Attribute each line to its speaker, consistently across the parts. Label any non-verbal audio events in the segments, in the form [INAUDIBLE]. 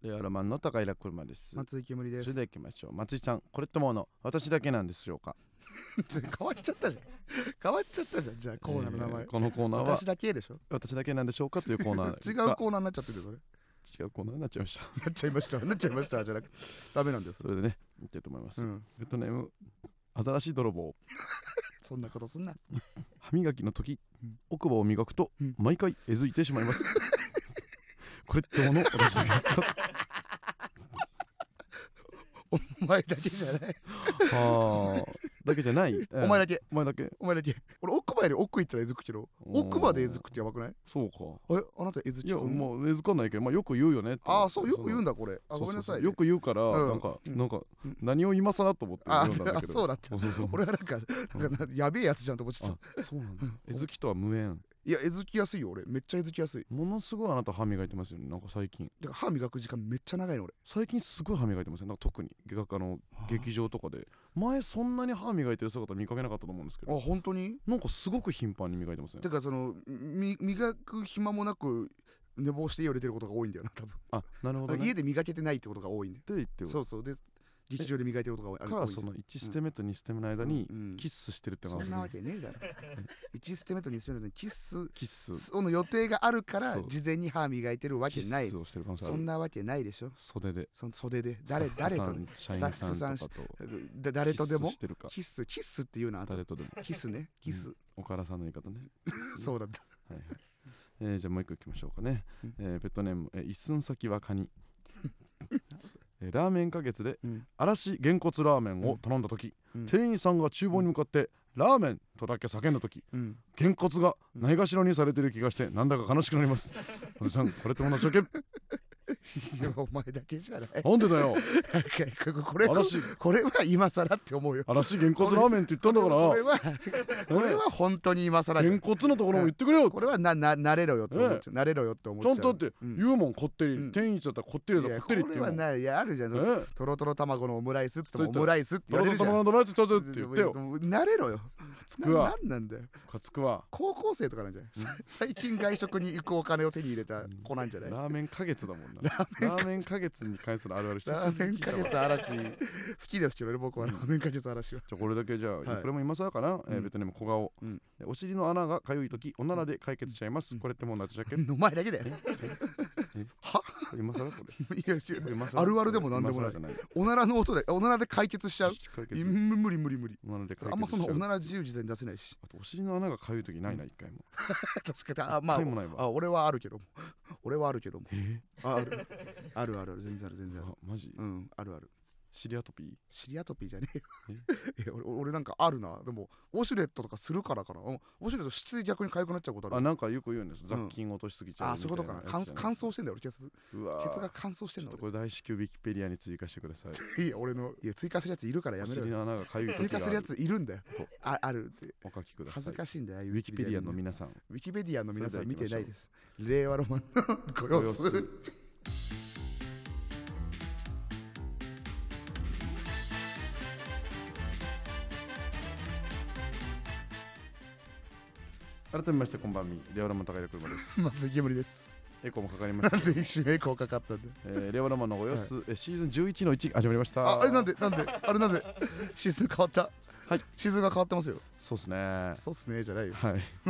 Speaker 1: レアロマンの高平車です。
Speaker 2: 松井けむりで
Speaker 1: それ
Speaker 2: す
Speaker 1: では行きましょう。松井さん、これってもうあの私だけなんでしょうか。
Speaker 2: 変わっちゃっ
Speaker 1: [LAUGHS]
Speaker 2: たじゃん変わっちゃったじゃんじゃあコーナーの名前、
Speaker 1: えーこのコーナーは
Speaker 2: 私だけでしょ
Speaker 1: 私だけなんでしょうかというコーナー
Speaker 2: [LAUGHS] 違
Speaker 1: が
Speaker 2: うコーナーになっちゃってるよそれ
Speaker 1: [LAUGHS] 違うコーナーになっちゃいました。
Speaker 2: なっちゃいましたなっちゃいましたじゃなくダメなんだよそ
Speaker 1: そ
Speaker 2: れ
Speaker 1: れでね、行きたいと思います。
Speaker 2: う
Speaker 1: ベッ
Speaker 2: ん
Speaker 1: ドネームアザラシ泥棒。
Speaker 2: そんなことすんな
Speaker 1: 歯磨きの時
Speaker 2: うん、
Speaker 1: 奥歯を磨くと
Speaker 2: うん
Speaker 1: 毎回えずいてしまい
Speaker 2: [LAUGHS]
Speaker 1: ます。これってもの私だけですか。
Speaker 2: お前だけじゃない
Speaker 1: あーだけじゃない。
Speaker 2: お前だけ
Speaker 1: お前だけ。
Speaker 2: お前だけ俺奥歯より奥行ったらえずくけど奥歯でえずくってやばくない
Speaker 1: そうか。
Speaker 2: えあなたえず
Speaker 1: い
Speaker 2: き
Speaker 1: や、
Speaker 2: うん
Speaker 1: もう根付かないけど、まあ、よく言うよねって思って。
Speaker 2: ああそうよく言うんだこれあ
Speaker 1: そ
Speaker 2: ご
Speaker 1: う
Speaker 2: めん
Speaker 1: そうそ
Speaker 2: な
Speaker 1: う
Speaker 2: さい、ね、
Speaker 1: よく言うから、
Speaker 2: うん
Speaker 1: なんか、
Speaker 2: うん
Speaker 1: なんか
Speaker 2: うん、
Speaker 1: 何を今更と思って
Speaker 2: あ
Speaker 1: 読んだんだけど。
Speaker 2: あそう [LAUGHS] だった
Speaker 1: そうそうそう。
Speaker 2: 俺はなんかなんかなやべえやつじゃんと思っちゃっ
Speaker 1: あ
Speaker 2: た、
Speaker 1: そうなんだ。えずきとは無縁。
Speaker 2: いやえずきやすいよ俺めっちゃえずきやすい
Speaker 1: ものすごいあなた歯磨いてますよね。なんか最近。
Speaker 2: だから歯磨く時間めっちゃ長いの俺
Speaker 1: 最近すごい歯磨いてますよ。なんか特に、があの、劇場とかで。前そんなに歯磨いてる姿見かけなかったと思うんですけど。
Speaker 2: あ本当に
Speaker 1: なんかすごく頻繁に磨いてますね
Speaker 2: て。かそのみ磨く暇もなく寝坊して家を出てることが多いんだよな多分
Speaker 1: あ、なるほど、ね。
Speaker 2: 家で磨けてないってことが多いんで
Speaker 1: と言っても
Speaker 2: そうそうで劇場で磨いてることが多いあれ
Speaker 1: か
Speaker 2: 多いん
Speaker 1: は
Speaker 2: です
Speaker 1: そ
Speaker 2: よ
Speaker 1: の1ステ目と2ステ目の間に
Speaker 2: うんうん
Speaker 1: キスしてるっての
Speaker 2: そ
Speaker 1: が
Speaker 2: んなわけねえだ
Speaker 1: [LAUGHS]
Speaker 2: ろ1ステ目と2ステ目でキス
Speaker 1: キス
Speaker 2: その予定があるから
Speaker 1: そう
Speaker 2: 事前に歯磨いてるわ
Speaker 1: キ
Speaker 2: けない
Speaker 1: スをしてる可能性あ
Speaker 2: そん
Speaker 1: る
Speaker 2: なわけないでしょ
Speaker 1: 袖で
Speaker 2: その袖で誰誰と
Speaker 1: スタッフさん社員さんとかと
Speaker 2: だ誰とで
Speaker 1: キ
Speaker 2: も
Speaker 1: スしてるか
Speaker 2: キスキスっていうな
Speaker 1: 誰とでも
Speaker 2: キスねキス、
Speaker 1: おからさんの言い方ね
Speaker 2: そうなんだ
Speaker 1: はいはいえーじゃあもう一個いきましょうかね
Speaker 2: うん
Speaker 1: えーペットネームえー一寸先はカニえーラーメン花月で
Speaker 2: うん
Speaker 1: 嵐げんこつラーメンを頼んだ時
Speaker 2: うん
Speaker 1: 店員さんが厨房に向かってラーメンとだけ叫んだ時 [LAUGHS]
Speaker 2: うん
Speaker 1: げんこつがないがしろにされてる気がしてなんだか悲しくなりますおじさんこれって同じだけ
Speaker 2: いやお前だけじゃない
Speaker 1: なんでだよ
Speaker 2: なんかこれこ
Speaker 1: 嵐
Speaker 2: これは今更って思うよ
Speaker 1: 嵐げんこつラーメンって言ったんだか
Speaker 2: これ
Speaker 1: ら
Speaker 2: はこれは本当に今更じ
Speaker 1: げ
Speaker 2: ゃ
Speaker 1: ん
Speaker 2: ん
Speaker 1: こつのところも言ってくれよ
Speaker 2: これはなな慣れろよって思っちゃう、慣れろよって思っ
Speaker 1: ち
Speaker 2: ち
Speaker 1: ゃ
Speaker 2: ゃ
Speaker 1: ん
Speaker 2: う
Speaker 1: とだって
Speaker 2: うん
Speaker 1: 言うもんこって
Speaker 2: う
Speaker 1: り
Speaker 2: ん
Speaker 1: 店員だったらこってり
Speaker 2: い
Speaker 1: だ
Speaker 2: や
Speaker 1: こってりって言う
Speaker 2: これ
Speaker 1: も
Speaker 2: は
Speaker 1: ん
Speaker 2: ないいやあるじゃん、
Speaker 1: ええ
Speaker 2: とろとろ卵のオムライスっつっても
Speaker 1: と言っ
Speaker 2: オ
Speaker 1: たら
Speaker 2: ムライスって言われるじゃん
Speaker 1: 卵のライスちゃうぞって言ってよ
Speaker 2: 慣れろよ
Speaker 1: つくわ
Speaker 2: ななんなんだよ
Speaker 1: かつくわ
Speaker 2: 高校生とかなんじゃない、さ最近外食に行くお金を手に入れた子なんじゃない、
Speaker 1: ラーメン花月だもんなラーメン花月に関するあるある久し
Speaker 2: ラ
Speaker 1: ぶ
Speaker 2: ー
Speaker 1: り
Speaker 2: メ
Speaker 1: に
Speaker 2: ン
Speaker 1: 聞いた
Speaker 2: か
Speaker 1: わ
Speaker 2: けつ嵐好きですけどね僕はラーメンかけつ嵐は
Speaker 1: じゃあこれだけじゃ
Speaker 2: い
Speaker 1: あこれも今更かなえ
Speaker 2: う
Speaker 1: ー
Speaker 2: ん
Speaker 1: ベトナム小顔
Speaker 2: うん
Speaker 1: えお尻の穴がかゆい時おならで解決しちゃいますこれってもう同じだけ [LAUGHS]
Speaker 2: お前だけだよ
Speaker 1: 今更これ
Speaker 2: いやし
Speaker 1: これ今更
Speaker 2: あるあるでもなんでもな
Speaker 1: 今更
Speaker 2: い
Speaker 1: じゃない
Speaker 2: おならの音でおならで解決しちゃう
Speaker 1: 解
Speaker 2: い
Speaker 1: 決
Speaker 2: 無理無理無理
Speaker 1: おならで解決しちゃう
Speaker 2: あんまそのおなら自由自在に出せな
Speaker 1: [LAUGHS]
Speaker 2: いし
Speaker 1: あとお尻の穴がかゆい時ないな一回も
Speaker 2: 確かにあま
Speaker 1: 一
Speaker 2: あ
Speaker 1: 回もないわ
Speaker 2: あ俺はあるけども [LAUGHS] 俺はあるけども
Speaker 1: え
Speaker 2: ああ
Speaker 1: [LAUGHS]
Speaker 2: るあるあるある全然ある全然ある
Speaker 1: あマジ
Speaker 2: うんあるある
Speaker 1: シリアトピー
Speaker 2: シリアトピーじゃねえよ [LAUGHS] え俺俺なんかあるなでもウォシュレットとかするからかなうんウォシュレットして逆に痒くなっちゃうことあ
Speaker 1: あ
Speaker 2: る
Speaker 1: なんかよく言うんです雑菌落としすぎちゃう
Speaker 2: あそういうことかな乾乾燥してんだよ俺ケツ
Speaker 1: うわ
Speaker 2: ケ
Speaker 1: ー
Speaker 2: ツが乾燥して
Speaker 1: ち
Speaker 2: ん
Speaker 1: ょっ
Speaker 2: だ
Speaker 1: とこれ大至急ウィキペディアに追加してください
Speaker 2: 俺いや俺のいや追加するやついるからや
Speaker 1: お
Speaker 2: めろ
Speaker 1: 尻
Speaker 2: よ
Speaker 1: の穴がかゆい
Speaker 2: 追
Speaker 1: 時
Speaker 2: 加する
Speaker 1: が
Speaker 2: やついるんだよ
Speaker 1: と
Speaker 2: ああるって
Speaker 1: お書きくだ
Speaker 2: 恥
Speaker 1: さ
Speaker 2: ず
Speaker 1: い
Speaker 2: かしいんだよああいう
Speaker 1: ウィキペディアの
Speaker 2: みんな
Speaker 1: 皆さん
Speaker 2: ウィキペディアの皆さん見てないです。令和ロマンのご
Speaker 1: ご
Speaker 2: 様
Speaker 1: 様
Speaker 2: 子。
Speaker 1: 子 [LAUGHS] 改めましてこんばんみレオラマン高平車
Speaker 2: [LAUGHS]
Speaker 1: です
Speaker 2: 松井けむりです。
Speaker 1: エコーもかかりまし
Speaker 2: な
Speaker 1: た
Speaker 2: ん
Speaker 1: けど
Speaker 2: で一瞬エコーかかったんだよ。
Speaker 1: えーレオラマンのご様子、えシーズン11の1始まりました
Speaker 2: あ、あれなんでなんであれなんで指数変わった。
Speaker 1: はい。
Speaker 2: 指数が変わってますよ。
Speaker 1: そうっすね
Speaker 2: [LAUGHS]
Speaker 1: は
Speaker 2: そうっすねじゃないよ。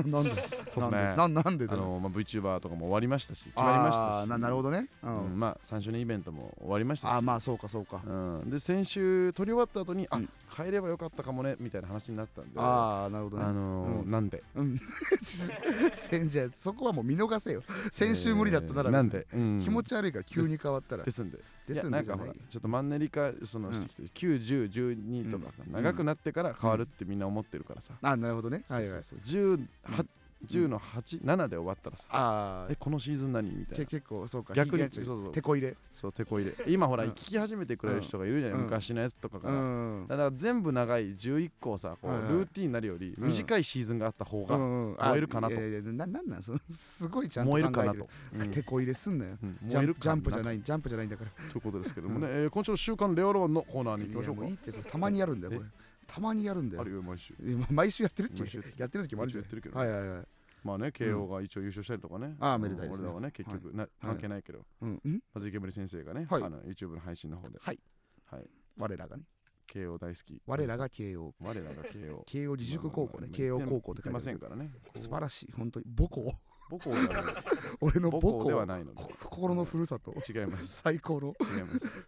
Speaker 1: い
Speaker 2: なんで。
Speaker 1: そうっすね
Speaker 2: なんでなんなんでだ
Speaker 1: あ
Speaker 2: よ。
Speaker 1: の、まあ、VTuber とかも終わりましたし決まりました
Speaker 2: あー
Speaker 1: し
Speaker 2: ななるほどね。う
Speaker 1: うん
Speaker 2: ん。
Speaker 1: まあ三週のイベントも終わりましたし
Speaker 2: あ、まあそうかそうか。
Speaker 1: うん、で先週撮り終わった後に、
Speaker 2: うん
Speaker 1: あ帰ればよかったかもねみたいな話になったんであ
Speaker 2: ああなるほどね。
Speaker 1: のー
Speaker 2: うん
Speaker 1: なんで
Speaker 2: うん。 [LAUGHS] 先じゃあそこはもう見逃せよ。先週無理だったなら。
Speaker 1: えーなん。で、うん
Speaker 2: 気持ち悪いから急に変わったら
Speaker 1: で。すんで
Speaker 2: ですん
Speaker 1: いやな
Speaker 2: で
Speaker 1: ん
Speaker 2: じゃ
Speaker 1: かほ
Speaker 2: ない
Speaker 1: ら
Speaker 2: よ。
Speaker 1: ちょっとマンネリ化そのしてきて、91012とかさ、
Speaker 2: うん
Speaker 1: 長くなってから変わるってみんな思ってるからさ、
Speaker 2: あ、なるほどね。はい
Speaker 1: そ
Speaker 2: は
Speaker 1: う
Speaker 2: い。
Speaker 1: そうそう 10, は10の87で終わったらさ、
Speaker 2: ああ
Speaker 1: え。このシーズン何みたい
Speaker 2: け
Speaker 1: な
Speaker 2: 結構そうか
Speaker 1: 逆に
Speaker 2: ひげが
Speaker 1: そうそう
Speaker 2: 手こ入れ
Speaker 1: そうてこ入れ今ほら、
Speaker 2: うん
Speaker 1: 聞き始めてくれる人がいるじゃない、
Speaker 2: うん
Speaker 1: 昔のやつとか
Speaker 2: う
Speaker 1: から、
Speaker 2: ん
Speaker 1: だから全部長い11個をさこう、
Speaker 2: はいはい
Speaker 1: ルーティンになるより
Speaker 2: うん
Speaker 1: 短いシーズンがあった方
Speaker 2: う
Speaker 1: が
Speaker 2: んうん
Speaker 1: 燃えるかなと
Speaker 2: あいやいやいやななん [LAUGHS] なんそのすごいちゃんと考
Speaker 1: 燃
Speaker 2: え
Speaker 1: え
Speaker 2: て
Speaker 1: る
Speaker 2: る
Speaker 1: かなと、うん
Speaker 2: 手こ入れすんなよ
Speaker 1: うん
Speaker 2: ジャ
Speaker 1: 燃え
Speaker 2: ン
Speaker 1: る
Speaker 2: プジャンプじゃ
Speaker 1: か
Speaker 2: ないジャンプじゃないんだから
Speaker 1: ということですけどもね、えー今週の週刊レオロマンのコーナーに行きましょうか
Speaker 2: いやもういいってたまにやるんだよこれたまにやるんだ
Speaker 1: あ
Speaker 2: よ
Speaker 1: るよ毎週
Speaker 2: いやまあ毎週やってるっけ
Speaker 1: 毎週
Speaker 2: やってる時もあるじゃ
Speaker 1: 毎週やってるけ
Speaker 2: ん
Speaker 1: ど
Speaker 2: はいはいはい
Speaker 1: まあね慶応が一応優勝したりとかね、
Speaker 2: あーめでたいです
Speaker 1: 俺
Speaker 2: ね
Speaker 1: らはね結局、な関係ないけど、
Speaker 2: うん、ん
Speaker 1: まず池森先生がね、
Speaker 2: はい
Speaker 1: あの YouTube の配信の方で
Speaker 2: はい
Speaker 1: はい
Speaker 2: 我らがね
Speaker 1: 慶応大好き
Speaker 2: 我らが慶応
Speaker 1: 我らが慶応
Speaker 2: 慶応義塾高校ね慶応高校って書
Speaker 1: い
Speaker 2: い
Speaker 1: ま
Speaker 2: て
Speaker 1: せ
Speaker 2: あ
Speaker 1: ん
Speaker 2: る
Speaker 1: からね
Speaker 2: 素晴らしい本当に母校 [LAUGHS]
Speaker 1: 母校ではない
Speaker 2: 俺の
Speaker 1: 母
Speaker 2: 母
Speaker 1: 校
Speaker 2: 校
Speaker 1: ではないので
Speaker 2: こ心のふるさと
Speaker 1: 違います
Speaker 2: 最高の
Speaker 1: 違います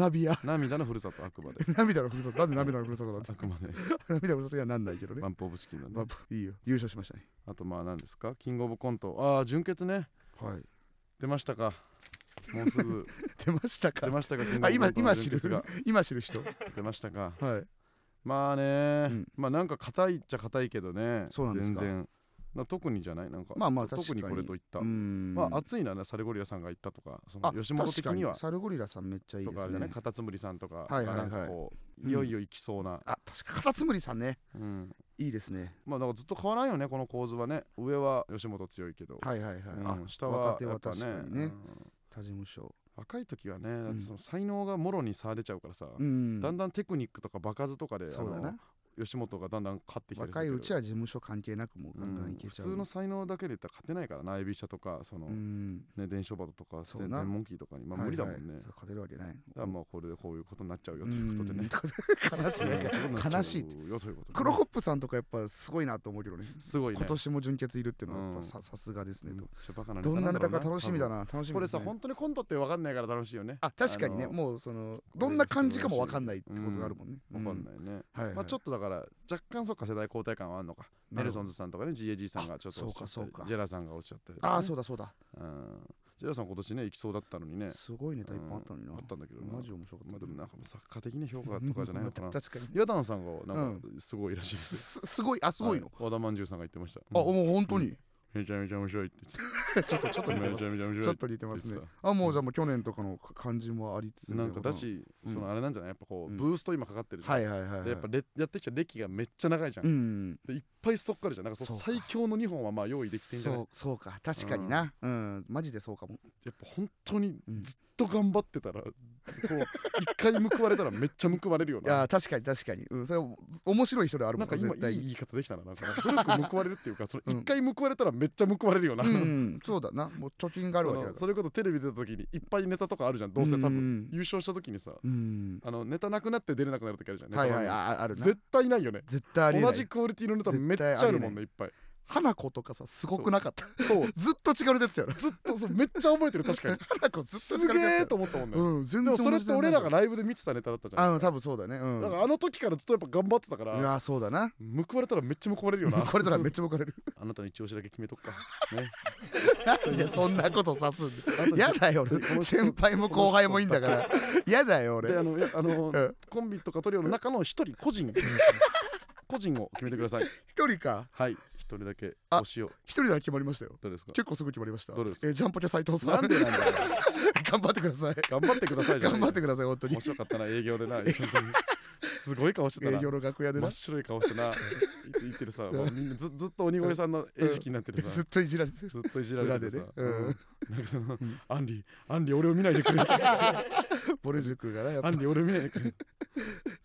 Speaker 2: 学びや
Speaker 1: 涙のふるさとあく
Speaker 2: [LAUGHS]
Speaker 1: まで
Speaker 2: 涙のふるさとなんで涙のふるさとなんです
Speaker 1: あくまで
Speaker 2: [LAUGHS] 涙のふるさとにはなんないけどね
Speaker 1: バンプオブチキンなんで
Speaker 2: まあいいよ優勝しましたね
Speaker 1: あとまあ何ですかキングオブコントああ純潔ね
Speaker 2: はい
Speaker 1: 出ましたかも
Speaker 2: [LAUGHS]
Speaker 1: うすぐ
Speaker 2: 出ました
Speaker 1: 出
Speaker 2: か
Speaker 1: ましたかキングオ
Speaker 2: あ
Speaker 1: ブコ
Speaker 2: 今
Speaker 1: ントの
Speaker 2: 今知
Speaker 1: 純
Speaker 2: る
Speaker 1: 潔が
Speaker 2: 今知る人
Speaker 1: 出ましたか [LAUGHS]
Speaker 2: はい
Speaker 1: まあね、
Speaker 2: うん
Speaker 1: まあなんか硬いっちゃ硬いけどね
Speaker 2: そうなんですか
Speaker 1: 全然な特にじゃないなんか
Speaker 2: まあまあ
Speaker 1: 特に
Speaker 2: 確か
Speaker 1: こ
Speaker 2: に
Speaker 1: れといった
Speaker 2: うーん
Speaker 1: まあ熱いのはねサルゴリラさんが言ったとかそ
Speaker 2: あ
Speaker 1: の吉本的には
Speaker 2: 確かサルゴリラさんめっちゃいい
Speaker 1: と
Speaker 2: で
Speaker 1: かあ
Speaker 2: す
Speaker 1: れだね
Speaker 2: ね
Speaker 1: カタツムリさんとか
Speaker 2: は
Speaker 1: が
Speaker 2: いはいは
Speaker 1: ないんかこ
Speaker 2: う
Speaker 1: うんいよいよ行きそうな、
Speaker 2: あ確かカタツムリさんね
Speaker 1: うん
Speaker 2: いいですね
Speaker 1: まあなんかずっと変わらんよねこの構図はね上は吉本強いけど、
Speaker 2: はいはいはい、
Speaker 1: う
Speaker 2: あ
Speaker 1: ん下は
Speaker 2: 若手
Speaker 1: や
Speaker 2: は
Speaker 1: っぱ
Speaker 2: 確
Speaker 1: ね
Speaker 2: かにね
Speaker 1: うん
Speaker 2: 他事務所
Speaker 1: 若い時はねだっ
Speaker 2: うん
Speaker 1: てその才能がもろに差出ちゃうからさ、
Speaker 2: うん
Speaker 1: だんだんテクニックとか場数とかで
Speaker 2: そうだ
Speaker 1: あ
Speaker 2: な
Speaker 1: の吉本がだんだん勝ってきたりする
Speaker 2: 若
Speaker 1: けど
Speaker 2: いうちは事務所関係なくもうガンガンいけ
Speaker 1: 普
Speaker 2: ちゃ
Speaker 1: 通
Speaker 2: う、うん、
Speaker 1: の才能だけで言ったら勝てないからなエビシャとかその、ね電書バトとか
Speaker 2: そう
Speaker 1: 全
Speaker 2: な
Speaker 1: 然モンキーとかにまあ無理だもんね、
Speaker 2: はいはいそう勝てるわけない
Speaker 1: だからまあこれでこういうことになっちゃうよということでね [LAUGHS]
Speaker 2: うん [LAUGHS] 悲しいね悲しいって
Speaker 1: よということでね
Speaker 2: クロコップさんとかやっぱすごいなと思うけどね
Speaker 1: すごいね
Speaker 2: 今年も純潔いるっていうのはやっ
Speaker 1: うん
Speaker 2: ぱささすがですね
Speaker 1: めっ
Speaker 2: と、
Speaker 1: ちゃバカな
Speaker 2: どんなネタか楽しみだ
Speaker 1: な
Speaker 2: な楽しみです、
Speaker 1: 多分これさ
Speaker 2: ね、
Speaker 1: 本当にコントって分かんないから楽しいよね
Speaker 2: あ確かに
Speaker 1: あ
Speaker 2: ね
Speaker 1: の
Speaker 2: もうその
Speaker 1: れ
Speaker 2: どんな感じかもわかんないってことがあるもんね、
Speaker 1: 分かんないね、
Speaker 2: い、はいはい
Speaker 1: まあちょっとだから若干そっか世代交代感はあるのかネルソンズさんとかね GAG さんがちょっと落ちちゃ
Speaker 2: そう
Speaker 1: っ
Speaker 2: かそう
Speaker 1: た
Speaker 2: か
Speaker 1: りジェラさんが落ちちゃったりとかね、
Speaker 2: ああーそうだそうだ
Speaker 1: うんジェラさん今年ね行きそうだったのにね
Speaker 2: すごいネタいっぱいあったのにな、
Speaker 1: あったんだけどな
Speaker 2: マジ面白かった、
Speaker 1: まあでもなんかもう作家的な評価とかじゃないのかな
Speaker 2: 確かに
Speaker 1: 岩田さんがなんかすごいらしいですよ、
Speaker 2: すすごいあすごいの、
Speaker 1: は和田まんじゅうさんが言ってました
Speaker 2: あもう本当に、
Speaker 1: めちゃめちゃ面白いって言って
Speaker 2: ちょっとちょっと似て
Speaker 1: め
Speaker 2: ま
Speaker 1: ち
Speaker 2: す
Speaker 1: ゃめちゃ面白い
Speaker 2: ちょっ
Speaker 1: って
Speaker 2: と似てます
Speaker 1: 言
Speaker 2: ね
Speaker 1: って
Speaker 2: あもうじゃあもう去年とかの感じもありつつ
Speaker 1: なんかだし、
Speaker 2: うん
Speaker 1: そのあれなんじゃないやっぱこう、
Speaker 2: うん
Speaker 1: ブースト今かかってるじゃん、
Speaker 2: はいはいはい、はい、
Speaker 1: でやっぱれやってきた歴がめっちゃ長いじゃん、
Speaker 2: うん
Speaker 1: でいっぱいストックあるじゃんなんかその
Speaker 2: そう
Speaker 1: 最
Speaker 2: か
Speaker 1: 強の2本はまあ用意できてんじゃない
Speaker 2: そうそうか確かになうん、マジでそうかも
Speaker 1: やっぱ本当に
Speaker 2: うん
Speaker 1: ずっと頑張ってたら、こう一回報われたらめっちゃ報われるよ
Speaker 2: いや
Speaker 1: な
Speaker 2: ー確かに確かに、うん、それは面白い人ではあるも
Speaker 1: なんか
Speaker 2: ん
Speaker 1: 今い
Speaker 2: 絶対
Speaker 1: い
Speaker 2: に
Speaker 1: 言い方できたななんか努力報われるっていうかその
Speaker 2: [LAUGHS] うん
Speaker 1: 一回報われたらめっちゃ報われるよな、
Speaker 2: うんうんそうだなもう貯金があるわけ
Speaker 1: その
Speaker 2: だから
Speaker 1: それこそテレビ出た時にいっぱいネタとかあるじゃんどうせ多
Speaker 2: う
Speaker 1: 分
Speaker 2: ん
Speaker 1: 優勝した時にさ
Speaker 2: うん
Speaker 1: あのネタなくなって出れなくなる時あるじゃんネタ
Speaker 2: はいはい
Speaker 1: 番
Speaker 2: あある
Speaker 1: 組
Speaker 2: な
Speaker 1: 絶対ないよね
Speaker 2: 絶対ありえな
Speaker 1: 同
Speaker 2: い
Speaker 1: じクオリティのネタめっちゃあるもんねいっぱい
Speaker 2: 花子とかさすごくなかった
Speaker 1: そう
Speaker 2: ずっと違うやつやろ
Speaker 1: ずっとそうめっちゃ覚えてる確
Speaker 2: [LAUGHS]
Speaker 1: かに
Speaker 2: 花子ずっと
Speaker 1: す
Speaker 2: 違う
Speaker 1: げ
Speaker 2: やつ
Speaker 1: えと思ったもんね
Speaker 2: うん全
Speaker 1: でも
Speaker 2: 然
Speaker 1: それって俺らが
Speaker 2: な
Speaker 1: ライブで見てたネタだったじゃ
Speaker 2: あ
Speaker 1: ん
Speaker 2: の多分そうだねうん
Speaker 1: だからあの時からずっとやっぱ頑張ってたか
Speaker 2: い
Speaker 1: ら
Speaker 2: やそうだな
Speaker 1: 報われたらめっちゃ報われるよな
Speaker 2: これたらめっちゃ向かれ
Speaker 1: [LAUGHS]
Speaker 2: る
Speaker 1: あなたの一押しだけ決めとくかね
Speaker 2: なんでそんなことさすん
Speaker 1: あな
Speaker 2: だ
Speaker 1: たの
Speaker 2: やだよ
Speaker 1: この人
Speaker 2: 俺先輩も後輩もいいんだからやだよ俺
Speaker 1: であのいやあの
Speaker 2: [LAUGHS] うん
Speaker 1: コンビとかトリオの中の一人個人個人を決めてください
Speaker 2: 一人か
Speaker 1: はい一人だけ
Speaker 2: あ
Speaker 1: 推しを
Speaker 2: 一人なら決まりましたよ
Speaker 1: どうですか
Speaker 2: 結構すぐ決まりました
Speaker 1: どれですか
Speaker 2: えージャンポケ斉藤さ
Speaker 1: なんんでなんだよ
Speaker 2: [LAUGHS] 頑張ってください
Speaker 1: 頑張ってくださいじゃん
Speaker 2: 頑張ってください本当に
Speaker 1: 面白かったな営業でな [LAUGHS] 本当にすごい顔してたな
Speaker 2: 営業の楽屋で
Speaker 1: 真
Speaker 2: な
Speaker 1: っ白い顔してな言ってるさもうみんなずずっと鬼越さんの
Speaker 2: ん
Speaker 1: 餌食になってる
Speaker 2: ず
Speaker 1: さ
Speaker 2: っといじられてる
Speaker 1: ずっといじられててさ、
Speaker 2: 裏でねうん
Speaker 1: うんなんかそのアンリアンリ俺を見ないでくれ
Speaker 2: [LAUGHS] ボル塾がなやっ
Speaker 1: ア
Speaker 2: ぱ
Speaker 1: ンリ俺を見ないでくれ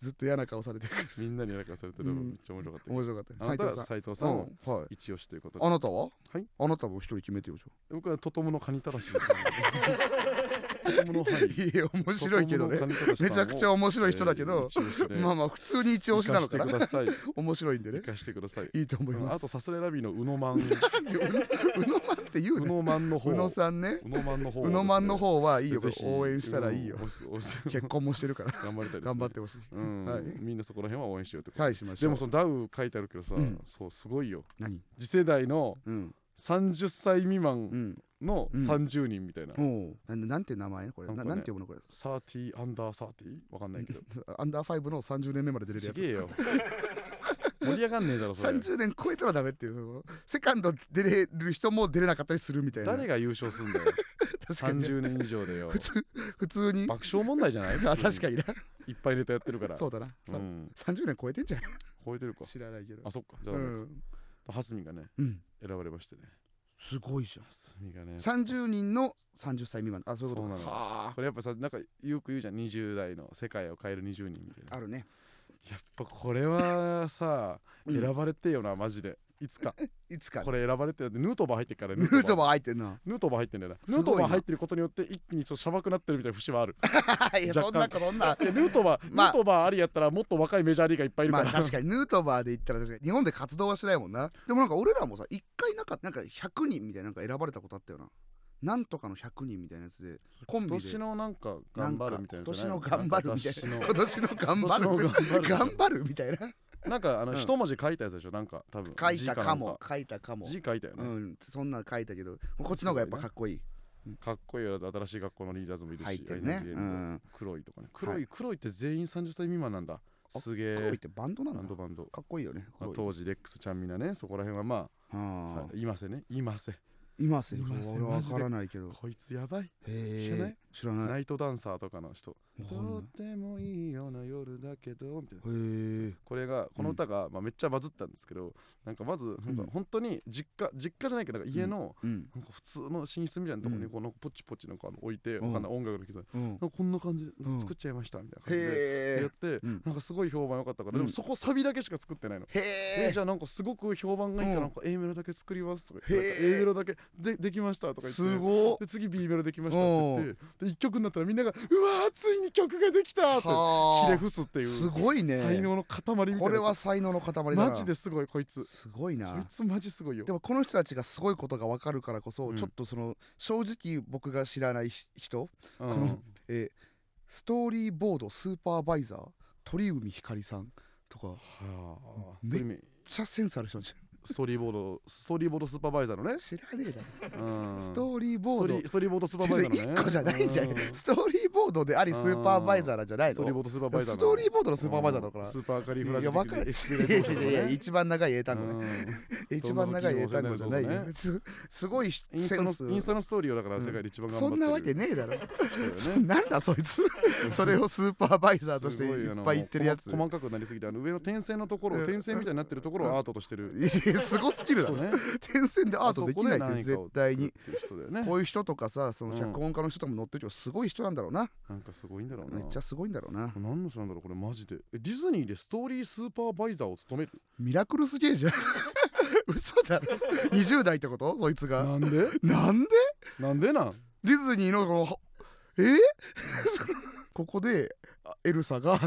Speaker 2: ずっと嫌な顔されてる
Speaker 1: みんなになんかされてる
Speaker 2: う
Speaker 1: の
Speaker 2: ん
Speaker 1: めっちゃ面白かったよ
Speaker 2: 面白かった
Speaker 1: あな
Speaker 2: 斉
Speaker 1: たは
Speaker 2: 藤さ
Speaker 1: 斎藤さ
Speaker 2: ん
Speaker 1: んを
Speaker 2: うんはい
Speaker 1: 一押しということで
Speaker 2: あなたは
Speaker 1: はい
Speaker 2: あなたも一人決めてよじゃ
Speaker 1: 僕はトトムのカニタラシ
Speaker 2: [LAUGHS]
Speaker 1: ですトトムのはい
Speaker 2: あいや面白いけどね
Speaker 1: トトムのカニタラシさん
Speaker 2: め
Speaker 1: を
Speaker 2: ちゃくちゃ面白い人だけ
Speaker 1: えー
Speaker 2: ど
Speaker 1: 一、押しで
Speaker 2: まあまあ普通に一押しなのか
Speaker 1: 行
Speaker 2: な
Speaker 1: か
Speaker 2: [LAUGHS]
Speaker 1: してください
Speaker 2: 面白いんでね
Speaker 1: 行かしてください
Speaker 2: いいと思います
Speaker 1: あとサスレラビーのうのまん
Speaker 2: うのうのまんって言う
Speaker 1: う
Speaker 2: ね
Speaker 1: のまんの方
Speaker 2: うのさんね
Speaker 1: うのまんの方を
Speaker 2: うのまんの方はいいよ
Speaker 1: ぜひ
Speaker 2: 応援したらいいよ
Speaker 1: うんおすおす
Speaker 2: 結婚もしてるから
Speaker 1: 頑張りたいですね
Speaker 2: 頑張ってほしい
Speaker 1: うん
Speaker 2: はい
Speaker 1: みんなそこら辺は応援しようってこと
Speaker 2: はいしまし
Speaker 1: で
Speaker 2: ょう
Speaker 1: もそのダウ書いてあるけどさ
Speaker 2: うん
Speaker 1: そうすごいよ
Speaker 2: 何
Speaker 1: 次世代の
Speaker 2: うん
Speaker 1: 30歳未満
Speaker 2: うん
Speaker 1: の
Speaker 2: うん
Speaker 1: 30人みたいな
Speaker 2: おうなんなんて名前これな
Speaker 1: なんんかね
Speaker 2: なんて読むのこれ
Speaker 1: 30アンダー30わかん
Speaker 2: [LAUGHS]
Speaker 1: ないけど
Speaker 2: アンダーファイブの30年目まで出れる
Speaker 1: す
Speaker 2: やつ
Speaker 1: げえよ [LAUGHS] 盛り上がんねえだろそれ
Speaker 2: 30年超えたらダメっていうそのセカンド出れる人も出れなかったりするみたいな
Speaker 1: 誰が優勝すんだよ
Speaker 2: [LAUGHS] 確かにね
Speaker 1: 30年以上でよ
Speaker 2: 普通普通に
Speaker 1: 爆笑問題じゃない
Speaker 2: [LAUGHS] あ確か
Speaker 1: に
Speaker 2: にない
Speaker 1: っぱいネタやってるから
Speaker 2: そうだな、
Speaker 1: う
Speaker 2: さ
Speaker 1: ん
Speaker 2: 30年超えてんじゃん
Speaker 1: 超えてるか
Speaker 2: 知らないけど
Speaker 1: あそっかじゃ
Speaker 2: う
Speaker 1: あ
Speaker 2: ん、
Speaker 1: ハスミがね
Speaker 2: うん、
Speaker 1: 選ばれましてね
Speaker 2: すごいじゃん
Speaker 1: ハスミがね
Speaker 2: 30人の30歳未満あそういうことか
Speaker 1: そうなの
Speaker 2: は
Speaker 1: これやっぱさなんかよく言うじゃん20代の世界を変える20人みたいな
Speaker 2: ああるね
Speaker 1: やっぱこれはさ
Speaker 2: うん
Speaker 1: 選ばれてよなマジでいつか
Speaker 2: いつか
Speaker 1: これ選ばれてるってヌートバー入ってるから
Speaker 2: ヌート
Speaker 1: ー
Speaker 2: バー入ってんな
Speaker 1: ヌートバー入ってんだよな
Speaker 2: す
Speaker 1: ヌー
Speaker 2: ごいな
Speaker 1: トバー入ってることによって一気にちょっとしゃばくなってるみたいな節は [LAUGHS] ある
Speaker 2: [LAUGHS] いや
Speaker 1: 若干
Speaker 2: そんなことそんない
Speaker 1: やヌートバー、 [LAUGHS]
Speaker 2: まあ
Speaker 1: ヌートバーありやったらもっと若いメジャーリーガーいっぱいいる
Speaker 2: ま
Speaker 1: か
Speaker 2: あ
Speaker 1: ら、
Speaker 2: 確かにヌートバーで言ったら確かに日本で活動はしないもんなでもなんか俺らもさ一回なんかなんか100人みたいななんか選ばれたことあったよななんとかの100人みたいなやつでコンビ
Speaker 1: 今
Speaker 2: で
Speaker 1: 年のなんか頑張るみたいなやつじゃ
Speaker 2: なん
Speaker 1: い
Speaker 2: か今年の頑張るみたいな今年の頑
Speaker 1: 今年の
Speaker 2: 張る
Speaker 1: 頑張る
Speaker 2: 頑張るみたいな
Speaker 1: [LAUGHS] なんかあの、
Speaker 2: うん
Speaker 1: 一文字書いたやつでしょなんか多分
Speaker 2: 書いたか
Speaker 1: 字なん
Speaker 2: も書いたかも
Speaker 1: 字書いたよ
Speaker 2: う
Speaker 1: ね、
Speaker 2: んそんなの書いたけどこっちの方がやっぱかっこいい
Speaker 1: かっこいいよ新しい学校のリーダーズもいるし
Speaker 2: 入ってるね
Speaker 1: INGN
Speaker 2: う
Speaker 1: も
Speaker 2: ん
Speaker 1: 黒いとかね黒い、黒いって全員30歳未満なんだ
Speaker 2: あ
Speaker 1: すげ
Speaker 2: 黒い
Speaker 1: え
Speaker 2: ってバンドな
Speaker 1: バ
Speaker 2: ん
Speaker 1: ン
Speaker 2: だ
Speaker 1: ド
Speaker 2: か
Speaker 1: バンド
Speaker 2: っこいいよね
Speaker 1: まあ
Speaker 2: 黒い
Speaker 1: 当時レックスちゃんみんなねそこら辺はまあ、
Speaker 2: は
Speaker 1: はいいませんねいません
Speaker 2: いますよ
Speaker 1: いますよ
Speaker 2: 俺は
Speaker 1: マ
Speaker 2: わ
Speaker 1: ジで
Speaker 2: からないけど
Speaker 1: こいつやばい、
Speaker 2: へー
Speaker 1: 知らない
Speaker 2: 知らない
Speaker 1: ナイトダンサーとかの人
Speaker 2: わかん
Speaker 1: と
Speaker 2: ない
Speaker 1: ってもいいような夜だけどみたいな
Speaker 2: へー
Speaker 1: これがこの歌が、まあ、めっちゃバズったんですけどなんかまずなんか
Speaker 2: うん
Speaker 1: 本当に実家、実家じゃないけどなんか家の、
Speaker 2: うん
Speaker 1: なんか普通の寝室みたいなところ
Speaker 2: う
Speaker 1: に
Speaker 2: ん
Speaker 1: このポチポチなんかあの置いて、
Speaker 2: うん
Speaker 1: わかんない音楽の機材
Speaker 2: うん
Speaker 1: なんかこんな感じで
Speaker 2: うん
Speaker 1: 作っちゃいましたみたいな感じでや
Speaker 2: へ
Speaker 1: っ
Speaker 2: え
Speaker 1: て、
Speaker 2: うん
Speaker 1: なんかすごい評判良かったから、
Speaker 2: う
Speaker 1: で
Speaker 2: ん
Speaker 1: もそこサビだけしか作ってないの。
Speaker 2: へ
Speaker 1: え
Speaker 2: え
Speaker 1: じゃあなんかすごく評判がいいから
Speaker 2: う
Speaker 1: な
Speaker 2: ん
Speaker 1: んか A メロだけ作りますとか
Speaker 2: へ
Speaker 1: 言って
Speaker 2: ー
Speaker 1: なんか A メロだけでできましたとか言って
Speaker 2: すごっ
Speaker 1: で次 B メロできましたって言ってで1曲になったらみんなが「うわーついに曲ができた!」ってひれ
Speaker 2: は
Speaker 1: 伏すって
Speaker 2: あ
Speaker 1: いう
Speaker 2: すごいね
Speaker 1: 才能の塊みたいなやつ
Speaker 2: これは才能の塊だな
Speaker 1: マジですごいこいつ
Speaker 2: すごい
Speaker 1: こ
Speaker 2: ない
Speaker 1: つマジすごいよ
Speaker 2: でもこの人たちがすごいことが分かるからこそ、
Speaker 1: うん
Speaker 2: ちょっとその正直僕が知らないひ人、
Speaker 1: うん
Speaker 2: この、えーストーリーボードスーパーバイザー鳥海ひかりさんとかめっ
Speaker 1: はあ
Speaker 2: めちゃセンスある人じ
Speaker 1: ストーリーボードストーリーボードスーパーバイザーのね
Speaker 2: ゃん知らねえだろ、
Speaker 1: うん
Speaker 2: ス
Speaker 1: ス
Speaker 2: トーリーボ
Speaker 1: ト
Speaker 2: ード
Speaker 1: リストーリーボードスーパーバイザーのね
Speaker 2: 1個じゃないじゃん、
Speaker 1: うス
Speaker 2: ストーリーボードでありスーパーバイザーなんじゃない
Speaker 1: トーリーボー
Speaker 2: の
Speaker 1: ドスーパーバイザー
Speaker 2: ス
Speaker 1: の
Speaker 2: トーリーボードのスーパーバイザーだから、
Speaker 1: うんスーパーカリフラ
Speaker 2: い
Speaker 1: ジ
Speaker 2: や
Speaker 1: 的な
Speaker 2: 分かる
Speaker 1: SPL
Speaker 2: いやいやいや
Speaker 1: ね
Speaker 2: 一番長い英単語ね、
Speaker 1: う
Speaker 2: 一番長い英単語じゃない
Speaker 1: どん
Speaker 2: よ
Speaker 1: な時
Speaker 2: すすごい
Speaker 1: んインス
Speaker 2: セ
Speaker 1: タ
Speaker 2: ン
Speaker 1: の
Speaker 2: ス
Speaker 1: インスタのストーリーをだから世界で一番頑張っ
Speaker 2: そ
Speaker 1: てる
Speaker 2: んなわけねえだろ
Speaker 1: 人だよね
Speaker 2: [LAUGHS] なんだそい
Speaker 1: [LAUGHS]
Speaker 2: つそれをスーパーバイザーとして
Speaker 1: すご
Speaker 2: い
Speaker 1: あ
Speaker 2: っ
Speaker 1: の
Speaker 2: ぱい言ってるやつ
Speaker 1: 細細かくなりすぎてあの上の点線のところ
Speaker 2: うん
Speaker 1: 点線みたいになってるところをアートとしてる
Speaker 2: いやすごすぎるだ
Speaker 1: 人
Speaker 2: ろ
Speaker 1: ね
Speaker 2: 点線でアートできないって絶対に
Speaker 1: あそこで何かを作ってる人だよね
Speaker 2: こういう人とかさその
Speaker 1: うん
Speaker 2: 脚本家の人とかも乗ってるけどすごい人なんだろうな
Speaker 1: なんかすごいんだろうな
Speaker 2: めっちゃすごいんだろうな
Speaker 1: 何の人なんだろうこれマジでえディズニーでストーリースーパーバイザーを務める
Speaker 2: ミラクルすげえじゃん [LAUGHS] 嘘だろ20代ってことそいつが
Speaker 1: なんで
Speaker 2: なんで
Speaker 1: [LAUGHS] なんでなん
Speaker 2: ディズニーのこのはえ [LAUGHS] ここであエルサが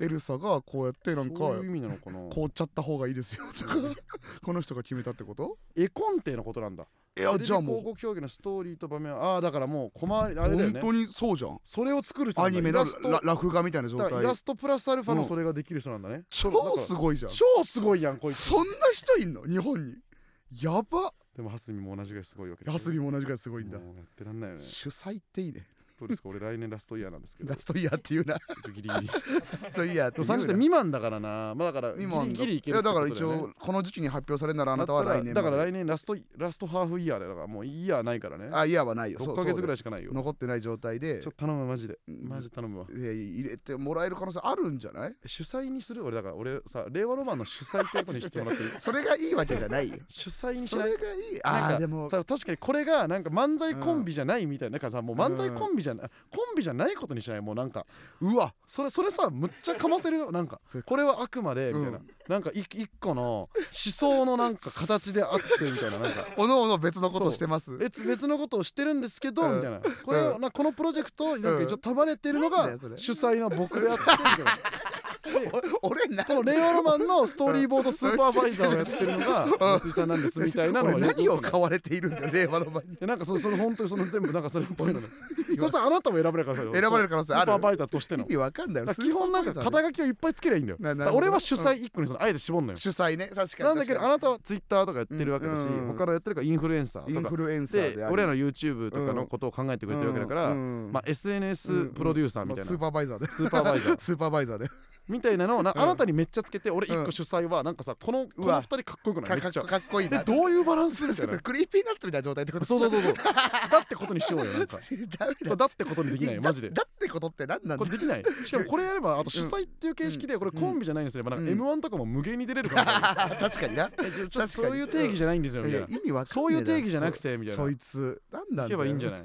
Speaker 2: エルサがこうやってなんか
Speaker 1: そういう意味なのかな
Speaker 2: 凍っちゃった方がいいですよと [LAUGHS] かこの人が決めたってこと
Speaker 1: 絵コンテのことなんだ
Speaker 2: いや
Speaker 1: テレビ
Speaker 2: じゃあもう
Speaker 1: 広告表現のストーリーと場面はああーだからもう小回りあれだよ
Speaker 2: 本
Speaker 1: ね
Speaker 2: 当にそうじゃん
Speaker 1: それを作る人な
Speaker 2: ア
Speaker 1: んだ
Speaker 2: ニメの
Speaker 1: イラスト
Speaker 2: ララフ画みたいな状
Speaker 1: だからイ
Speaker 2: 態
Speaker 1: ラストプラスアルファの
Speaker 2: うん
Speaker 1: それができる人なんだね、
Speaker 2: 超すごいじゃん
Speaker 1: 超すごいやんこいつ
Speaker 2: そんな人いんの日本にやば
Speaker 1: でもハスミも同じぐらいすごいわけでしょ
Speaker 2: ヤスミも同じくらいすごいんだ
Speaker 1: もうやってらんないよね
Speaker 2: 主催っていいね
Speaker 1: どうですか俺来年ラストイヤーなんですけ
Speaker 2: [LAUGHS]
Speaker 1: ど
Speaker 2: ラストイヤーっていうな
Speaker 1: ちょっとギリギリで
Speaker 2: ラストイヤーって
Speaker 1: も
Speaker 2: いうな
Speaker 1: 30歳未満だからなまあだからギ
Speaker 2: 今
Speaker 1: リギリいける
Speaker 2: やだから
Speaker 1: ってこと
Speaker 2: 一
Speaker 1: よね
Speaker 2: 応この時期に発表されるならあなたは
Speaker 1: だったら
Speaker 2: 来年
Speaker 1: だから
Speaker 2: 来
Speaker 1: 来年ラストイラストハーフイヤーだからもうイヤーないからね
Speaker 2: あイヤーはないよ
Speaker 1: 6ヶ月ぐら
Speaker 2: い
Speaker 1: いしかないよ
Speaker 2: 残ってない状態で
Speaker 1: ちょっと頼むマジで
Speaker 2: うん
Speaker 1: マジで頼むわ
Speaker 2: いや入れてもらえる可能性あるんじゃない
Speaker 1: 主催にする俺だから俺さ令和ロマンの主催ってことにしてもらってい
Speaker 2: [LAUGHS]
Speaker 1: い
Speaker 2: それがいいわけじゃないよ
Speaker 1: 主催にし
Speaker 2: そ
Speaker 1: ない
Speaker 2: れがいい
Speaker 1: なん
Speaker 2: あ
Speaker 1: か
Speaker 2: あでも
Speaker 1: さ確かにこれがなんか漫才コンビじゃないみたいな、なんかさもう漫才コンビじゃない、コンビじゃないことにしないもうなんか
Speaker 2: うわ
Speaker 1: それそれさむっちゃかませるよなんか
Speaker 2: それ
Speaker 1: これはあくまでみたいな、
Speaker 2: う
Speaker 1: なんかい一個の思想のなんか形であってみたいななんか
Speaker 2: おのおの別のことしてます
Speaker 1: 別別のことをしてるんですけど、
Speaker 2: うん
Speaker 1: みたいなこれを、なこのプロジェクトをなんか一応束ねてるの
Speaker 2: なんだ
Speaker 1: が
Speaker 2: よそれ
Speaker 1: 主催の僕であってみたいな。
Speaker 2: お俺な
Speaker 1: この令和ロマンのストーリーボードスーパーバイザーをやってるのが松井さんなんですみたいなのは
Speaker 2: 俺
Speaker 1: よく
Speaker 2: 何を買われているんだよ令和の場に
Speaker 1: いやなんかそその本当にその全部なんかそれっぽ
Speaker 2: [LAUGHS]
Speaker 1: いのね。そしたらあなたも選ばれるから
Speaker 2: 選ばれる可能性
Speaker 1: ス
Speaker 2: ある
Speaker 1: ーパーバイザーとして
Speaker 2: 意
Speaker 1: の。
Speaker 2: 味わかんないよ
Speaker 1: だから基本なんか肩書きをいっぱいつけりゃいいんだよ。
Speaker 2: ななるほ
Speaker 1: だ
Speaker 2: ど
Speaker 1: から俺は主催一個にそのあえて絞んのよ。
Speaker 2: 主催ね確かに
Speaker 1: なんだけどあ
Speaker 2: 確
Speaker 1: なたはツイッターとかやってるわけだし、
Speaker 2: うんうん
Speaker 1: 他のやってるからインフルエンサ
Speaker 2: かにイ
Speaker 1: ー
Speaker 2: ン
Speaker 1: と
Speaker 2: フ
Speaker 1: か。
Speaker 2: ルエンサー
Speaker 1: で
Speaker 2: であり
Speaker 1: 俺らの YouTube とかのことを考えてくれてるわけだから、
Speaker 2: うんうん
Speaker 1: まあ、SNS プロデューサーみたいな、
Speaker 2: まあスーパーバイザーで
Speaker 1: スーパーバイザー
Speaker 2: スーパーバイザーでか
Speaker 1: みたいなのをな、
Speaker 2: うん
Speaker 1: あなたにめっちゃつけて俺一個主催はなんかさこのこ
Speaker 2: う
Speaker 1: の
Speaker 2: わ
Speaker 1: 二人かっこよくないめ
Speaker 2: か
Speaker 1: っ
Speaker 2: っ
Speaker 1: ちゃ
Speaker 2: こかっこいいな
Speaker 1: でどういうバランス
Speaker 2: [LAUGHS]
Speaker 1: みたいな
Speaker 2: クリーピーナッツみたいな状態ってこと
Speaker 1: そうそうそうそうだってことにしようよなんか
Speaker 2: [LAUGHS] ダメだ
Speaker 1: だってことにできないよマジで
Speaker 2: だだってことって何なん
Speaker 1: こ
Speaker 2: だ
Speaker 1: れできないしかもこれやればあと主催っていう形式でこれコンビじゃないにすればなんか
Speaker 2: うん
Speaker 1: m 1とかも無限に出れるから
Speaker 2: 確かにな
Speaker 1: ちょっとそういう定義じゃないんですよみ
Speaker 2: い
Speaker 1: たい
Speaker 2: や
Speaker 1: な
Speaker 2: 意味わかんない
Speaker 1: そういう定義じゃなくてみたいな
Speaker 2: そ
Speaker 1: 聞
Speaker 2: いつ何なんだよ
Speaker 1: けばいいんじゃない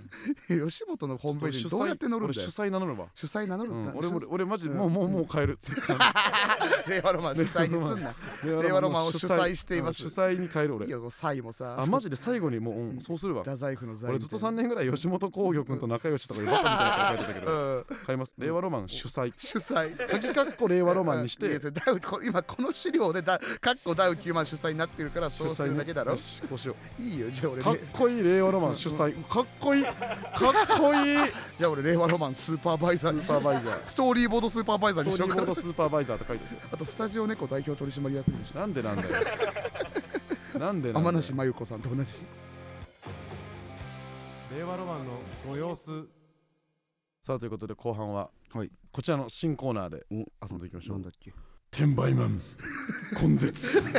Speaker 2: 吉本のホームページにどうやって乗るん
Speaker 1: 俺
Speaker 2: だ
Speaker 1: 主
Speaker 2: よ
Speaker 1: 催名乗るわ
Speaker 2: 主催名乗る
Speaker 1: うん
Speaker 2: だ
Speaker 1: 俺俺俺マジで
Speaker 2: うん
Speaker 1: もうもうもう変える
Speaker 2: 令和ロマン主催にすんな。令和ロマンを主催しています
Speaker 1: 主催に変える
Speaker 2: いい
Speaker 1: [LAUGHS] 俺
Speaker 2: よ、こうサイもさ。
Speaker 1: あマジで最後にもう、うん
Speaker 2: うん
Speaker 1: そうするわ
Speaker 2: 太宰府の財
Speaker 1: 俺ずっと3年ぐらい吉本興業君と仲良しとか言ってたみたいなこと書いてたけ
Speaker 2: う
Speaker 1: ど
Speaker 2: ん、
Speaker 1: 変えます令和ロマン主催
Speaker 2: 主催。
Speaker 1: 鍵かっこ令和ロマンにし
Speaker 2: い
Speaker 1: て
Speaker 2: やそれダウこ今この資料でだカッコダウ9万主催になってるから
Speaker 1: 主
Speaker 2: そうす
Speaker 1: 催
Speaker 2: る
Speaker 1: に
Speaker 2: だけだろ
Speaker 1: よしこうしよ
Speaker 2: いいよじゃあ
Speaker 1: う
Speaker 2: 俺
Speaker 1: かっ
Speaker 2: ね
Speaker 1: こいい令和ロマン主催かっこいいかっこいい
Speaker 2: じゃあ俺令和ロマンスーパーバイザーにし
Speaker 1: スーパーバイザー
Speaker 2: ストーリーボードスーパーバイザーに
Speaker 1: ス
Speaker 2: し
Speaker 1: ト
Speaker 2: よ
Speaker 1: ー
Speaker 2: う
Speaker 1: リーボード
Speaker 2: か
Speaker 1: スーパーバイザーって書いてある
Speaker 2: あとスタジオ猫代表取締役にもしよ
Speaker 1: なんでなんだよなんで
Speaker 2: う
Speaker 1: なんだよ
Speaker 2: 天梨真由子さんと同じ
Speaker 3: 令和ロマンのご様子
Speaker 1: さあということで後半は、
Speaker 2: はい
Speaker 1: こちらの新コーナーで
Speaker 2: お
Speaker 1: 遊んでいきましょう
Speaker 2: なんだっけ
Speaker 1: 転売マ
Speaker 2: [LAUGHS]
Speaker 1: ン根絶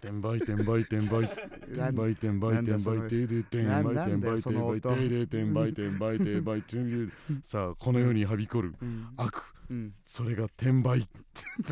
Speaker 1: 転売転売転売転
Speaker 2: なん
Speaker 1: 売転売
Speaker 2: なんだ
Speaker 1: 転
Speaker 2: よその
Speaker 1: 売停で転
Speaker 2: な
Speaker 1: 売
Speaker 2: な
Speaker 1: 転
Speaker 2: んだ
Speaker 1: 売
Speaker 2: よ
Speaker 1: 転
Speaker 2: その
Speaker 1: 売
Speaker 2: 音
Speaker 1: 停で転売転売転売転売さあこの世にはびこる
Speaker 2: うん
Speaker 1: 悪
Speaker 2: うん
Speaker 1: それが転売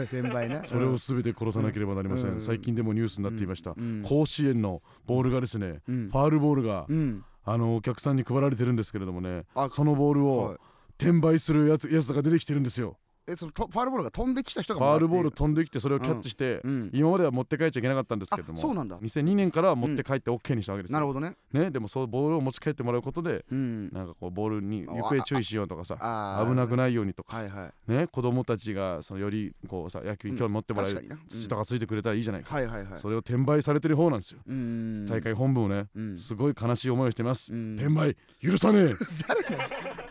Speaker 2: 先輩な
Speaker 1: それを全て殺さなければなりませ
Speaker 2: うんん
Speaker 1: 最近でもニュースになっていました
Speaker 2: うん
Speaker 1: 甲子園のボールがですね
Speaker 2: うん
Speaker 1: ファールボールが
Speaker 2: うん
Speaker 1: あのお客さんに配られてるんですけれどもね
Speaker 2: あ
Speaker 1: そのボール
Speaker 2: は
Speaker 1: を
Speaker 2: い
Speaker 1: 転売するやつやつが出てきてるんですよ
Speaker 2: えそのとファールボールが飛んできた人が
Speaker 1: ファールボール
Speaker 2: も
Speaker 1: 飛んできてそれをキャッチして
Speaker 2: らっているうん
Speaker 1: 今までは持って帰っちゃいけなかったんです
Speaker 2: あ
Speaker 1: けども
Speaker 2: そうなんだ
Speaker 1: 2002年からは持って帰って OK にしたわけですよ、
Speaker 2: なるほどね
Speaker 1: ね、でもそうボールを持ち帰ってもらうことで
Speaker 2: うん
Speaker 1: なんかこうボールに行方注意しようとかさ
Speaker 2: あー
Speaker 1: 危なくないようにとか、
Speaker 2: はいはい
Speaker 1: ね、子供たちがそのよりこうさ野球に興味持ってもらえ
Speaker 2: 確
Speaker 1: る
Speaker 2: かにな
Speaker 1: 土とかついてくれたらいいじゃないか、
Speaker 2: はいはいはい
Speaker 1: それを転売されてる方なんですよ、
Speaker 2: うん
Speaker 1: 大会本部もね
Speaker 2: うん
Speaker 1: すごい悲しい思いをしてます、
Speaker 2: うん
Speaker 1: 転売許さ
Speaker 2: [LAUGHS]
Speaker 1: ね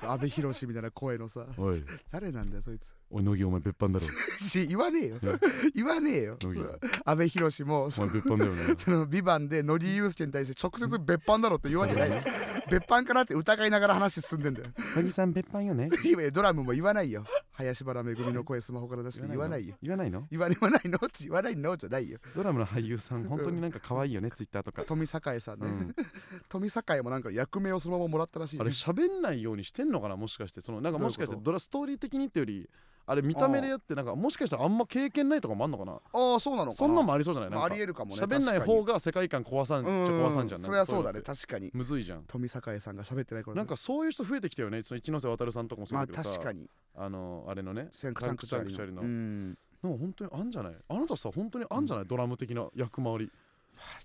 Speaker 2: 阿部寛みたいな声のさ
Speaker 1: えおい
Speaker 2: 誰なんだよそ
Speaker 1: [LAUGHS]
Speaker 2: いつ
Speaker 1: おい乃木お前別班だろ
Speaker 2: し言わねえよ言わねえよ
Speaker 1: 乃木
Speaker 2: [LAUGHS] そう阿部寛も
Speaker 1: お
Speaker 2: そ
Speaker 1: 前別班だよね
Speaker 2: そのビバンで乃木祐介に対して直接別班だろって言うわけないよ別班からって疑いながら話進
Speaker 1: [LAUGHS]
Speaker 2: んでんだよ
Speaker 1: 乃木さん別班よね
Speaker 2: いやいやドラムも言わないよ林原めぐみの声スマホから出して [LAUGHS] 言わないよ
Speaker 1: 言わないの
Speaker 2: 言われはないのって言わないのじゃないよ
Speaker 1: ドラムの俳優さん本当になんか可愛いよねツイッターとか、
Speaker 2: 富栄さん
Speaker 1: う
Speaker 2: ね、
Speaker 1: ん、
Speaker 2: 富栄もなんか役名をそのままもらったらしいよ
Speaker 1: あれ喋んないようにしてんのかなもしかしてそのなんかもしかして
Speaker 2: どういうこ
Speaker 1: ドラストーリー的にってよりあれ見た目でやってなんかもしかしたらあんま経験ないとかもあんのかな
Speaker 2: ああそうなのかな
Speaker 1: そんなんもありそうじゃない
Speaker 2: ま
Speaker 1: な
Speaker 2: あ、
Speaker 1: ん
Speaker 2: あ
Speaker 1: か
Speaker 2: りえるかもね
Speaker 1: 喋んない
Speaker 2: 確かに
Speaker 1: 方が世界観壊さんじゃ壊さんじゃ
Speaker 2: うん
Speaker 1: な
Speaker 2: んそ
Speaker 1: んか
Speaker 2: れはそうだ
Speaker 1: いの
Speaker 2: ね
Speaker 1: って
Speaker 2: 確かに
Speaker 1: むずいじゃん
Speaker 2: 富栄さんが喋ってない頃
Speaker 1: なんかそういう人増えてきたよねその一ノ瀬渡さんとかもそう
Speaker 2: ま
Speaker 1: だけど
Speaker 2: あ
Speaker 1: さ、
Speaker 2: 確かに
Speaker 1: あのあれのね
Speaker 2: 先
Speaker 1: サンクチャリの
Speaker 2: うん
Speaker 1: なんか本当にあんじゃないあなたさ本当にあんじゃない、ドラム的な役回り